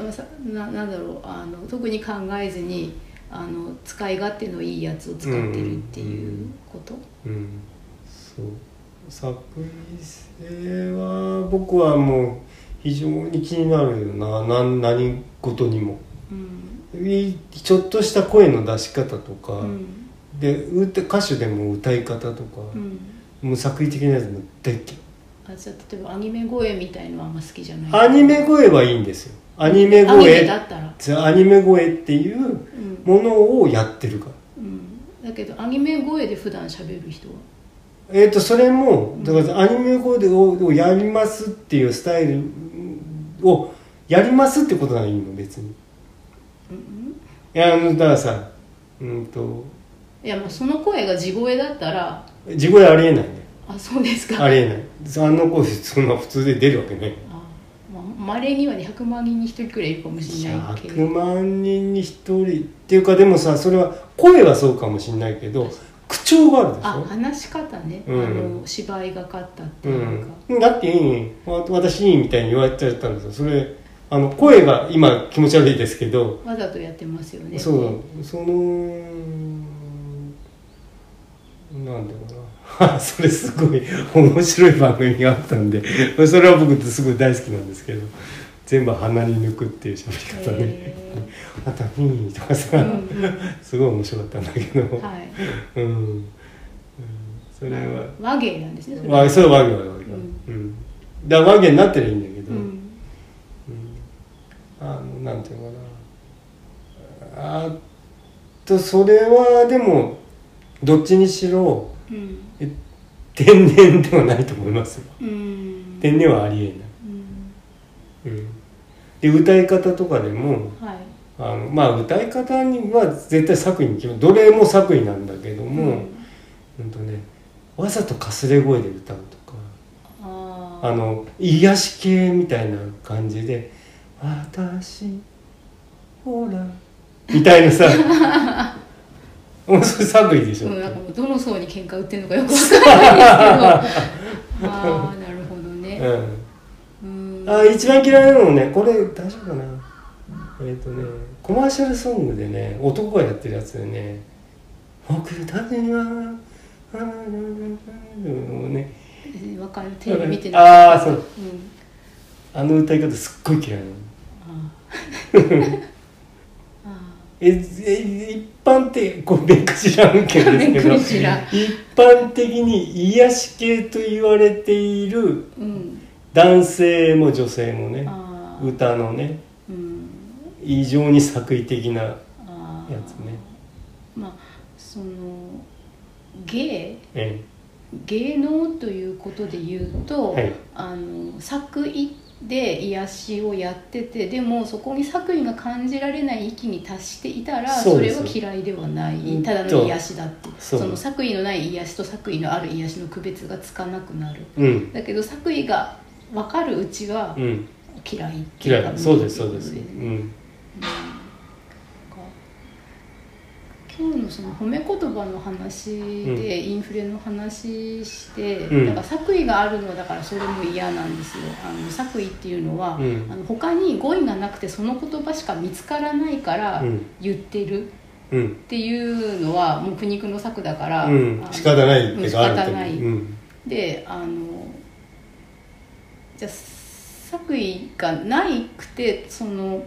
Speaker 2: あさななんだろうあの特に考えずにあの使い勝手のいいやつを使ってるっていうこと、
Speaker 1: うんそう作為性は僕はもう非常に気になるよな何何事にも
Speaker 2: うん
Speaker 1: いちょっとした声の出し方とか、
Speaker 2: うん
Speaker 1: で歌歌手でも歌い方とか、
Speaker 2: うん
Speaker 1: もう作為的なやつも大っ嫌い
Speaker 2: あじゃあ例えばアニメ声みたいのはあんま好きじゃない
Speaker 1: アニメ声はいいんですよアニメ
Speaker 2: アニメ
Speaker 1: 声
Speaker 2: だったら、
Speaker 1: アニメ声っていう
Speaker 2: うん
Speaker 1: ものをやってるから
Speaker 2: うん、だけどアニメ声で普段喋る人は
Speaker 1: えー、とそれも
Speaker 2: ん
Speaker 1: だからアニメコーデををやりますっていうスタイルをやりますってことならいいの別にい
Speaker 2: うん
Speaker 1: やあのだからさうんと
Speaker 2: いやまあその声が地声だったら
Speaker 1: 地声ありえないね
Speaker 2: あそうですか
Speaker 1: ありえないあんな声そんな普通で出るわけない
Speaker 2: あまあ、稀には200万人に1人くらいいるかもしれないけ
Speaker 1: 100
Speaker 2: ど
Speaker 1: 万人に1人っていうかでもさそれは声はそうかもしれないけど口調があるでしょ
Speaker 2: あ話し方ね、
Speaker 1: うん
Speaker 2: あの芝居がかったっていうか、
Speaker 1: うん、だっていいわ私みたいに言われちゃったんですよそれあの声が今気持ち悪いですけど
Speaker 2: わざとやってますよね
Speaker 1: そうそのなんだろう あそれすごい面白い番組があったんでそれは僕すごい大好きなんですけど全部鼻に抜くっていう喋り方ね
Speaker 2: へ
Speaker 1: 「あたふーん」とか
Speaker 2: ー
Speaker 1: さ、
Speaker 2: うんうん
Speaker 1: すごい面白かったんだけ ど、
Speaker 2: はい
Speaker 1: うん、うん、それは
Speaker 2: 和芸なんですねそれは
Speaker 1: まあそれは和芸は和芸、
Speaker 2: うん
Speaker 1: うん、だから和芸になってりゃいいんだけど、
Speaker 2: うん
Speaker 1: うんあのなんていうのかなあとそれはでもどっちにしろ
Speaker 2: うん
Speaker 1: え天然ではないと思いますよ
Speaker 2: うん
Speaker 1: 天然はあり
Speaker 2: うん
Speaker 1: えない、うん、で歌い方とかでも
Speaker 2: はい
Speaker 1: あのまあ歌い方には絶対作為に決まるどれも作為なんだけども、
Speaker 2: ん
Speaker 1: うんとねわざとかすれ声で歌うとか
Speaker 2: あー
Speaker 1: あの癒し系みたいな感じで「私ほら」みたいなさもうそれ寒いでしょ、
Speaker 2: うん、なんかもうどの層に喧嘩売ってるのかよくわからないです けどああなるほどねう
Speaker 1: うんん、あ一番嫌いなのねこれ大丈夫かなえっ、とねコマーシャルソングでね男がやってるやつでね「僕たちには」あのね、
Speaker 2: わかるテレビ見てない
Speaker 1: ああそう
Speaker 2: うん
Speaker 1: あの歌い方すっごい嫌いなの
Speaker 2: あ ーあ
Speaker 1: ええ一般的これ弁護士ら案件で
Speaker 2: 弁護
Speaker 1: す
Speaker 2: 士
Speaker 1: けど
Speaker 2: ら
Speaker 1: 一般的に癒し系と言われている
Speaker 2: ーうん
Speaker 1: 男性も女性もね
Speaker 2: あー
Speaker 1: 歌のね
Speaker 2: うん
Speaker 1: 異常に作為的なや
Speaker 2: あ
Speaker 1: つ
Speaker 2: ー
Speaker 1: ね、
Speaker 2: まあその芸
Speaker 1: え
Speaker 2: 芸能ということで言うと、
Speaker 1: はい
Speaker 2: あの作為で癒しをやっててでもそこに作為が感じられない域に達していたら
Speaker 1: そ
Speaker 2: そう
Speaker 1: で
Speaker 2: れ
Speaker 1: す
Speaker 2: は嫌いではない
Speaker 1: うん
Speaker 2: ただの癒しだって
Speaker 1: そ
Speaker 2: そうの作為のない癒しと作為のある癒しの区別がつかなくなる
Speaker 1: えうん
Speaker 2: だけど作為が分かるうちは
Speaker 1: うん
Speaker 2: 嫌いっていうか
Speaker 1: 嫌いそうですそうです、う
Speaker 2: なんか
Speaker 1: ん、
Speaker 2: 今日のその褒め言葉の話でインフレの話して、
Speaker 1: うん
Speaker 2: だから作為があるのはだからそれも嫌なんですよあの作為っていうのは、
Speaker 1: うん
Speaker 2: あの他に語彙がなくてその言葉しか見つからないから
Speaker 1: うん
Speaker 2: 言ってる
Speaker 1: うん
Speaker 2: っていうのはもう苦肉の策だから、
Speaker 1: うん
Speaker 2: あ、の
Speaker 1: 仕方ないって
Speaker 2: うん
Speaker 1: いう
Speaker 2: 仕
Speaker 1: かあ
Speaker 2: 方
Speaker 1: る
Speaker 2: な
Speaker 1: っ
Speaker 2: い
Speaker 1: てうん
Speaker 2: であのじゃあ作為がないくてその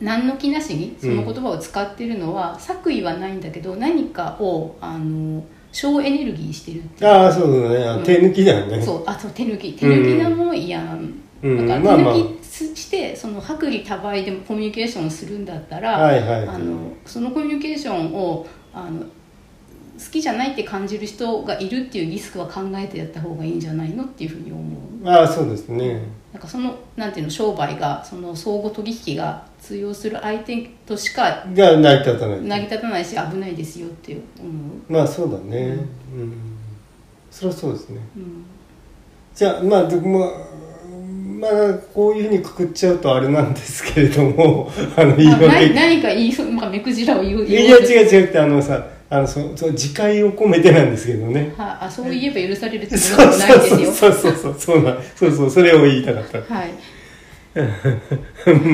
Speaker 2: 何の気なしにその言葉を使ってるのは、作為はないんだけど何かをあの省エネルギーしてるっていう
Speaker 1: ああそうだねあ
Speaker 2: うん
Speaker 1: 手抜きだよね、
Speaker 2: そうあそう手抜き手抜きなも嫌なの、
Speaker 1: うん
Speaker 2: だ
Speaker 1: ま
Speaker 2: か
Speaker 1: あ
Speaker 2: ら手
Speaker 1: まあ
Speaker 2: 抜きしてその薄利多売でもコミュニケーションをするんだったら、
Speaker 1: はいはいはい
Speaker 2: あのそのコミュニケーションをあの好きじゃないって感じる人がいるっていうリスクは考えてやった方がいいんじゃないのっていうふうに思う
Speaker 1: ああそうですね
Speaker 2: なんかそのなんていうの商売がその相互取引が通用する相手としか
Speaker 1: が成り立たない
Speaker 2: 成り立たないし危ないですよっていう思
Speaker 1: まあそうだねうん、それはそうですね
Speaker 2: う、うん、
Speaker 1: じゃあまあでもまあまあこういうふうにくくっちゃうとあれなんですけれども あの言い
Speaker 2: あな
Speaker 1: 訳
Speaker 2: い何か言いそう、まあ、目くじらを言う
Speaker 1: いや違う違うってあのさあのそそう自戒を込めてなんですけどね
Speaker 2: はいあそう言えば許されるってこ
Speaker 1: そう
Speaker 2: とはない
Speaker 1: そう
Speaker 2: ですよ
Speaker 1: そうそうそうそうなんそうそうそれを言いたかった
Speaker 2: はい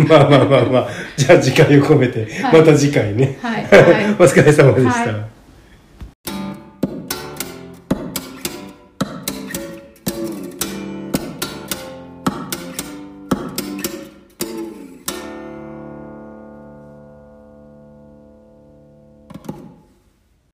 Speaker 1: まあまあまあまあじゃあ自戒を込めて
Speaker 2: はい
Speaker 1: また次回ね、
Speaker 2: はいはい
Speaker 1: お疲れ様でした、
Speaker 2: はい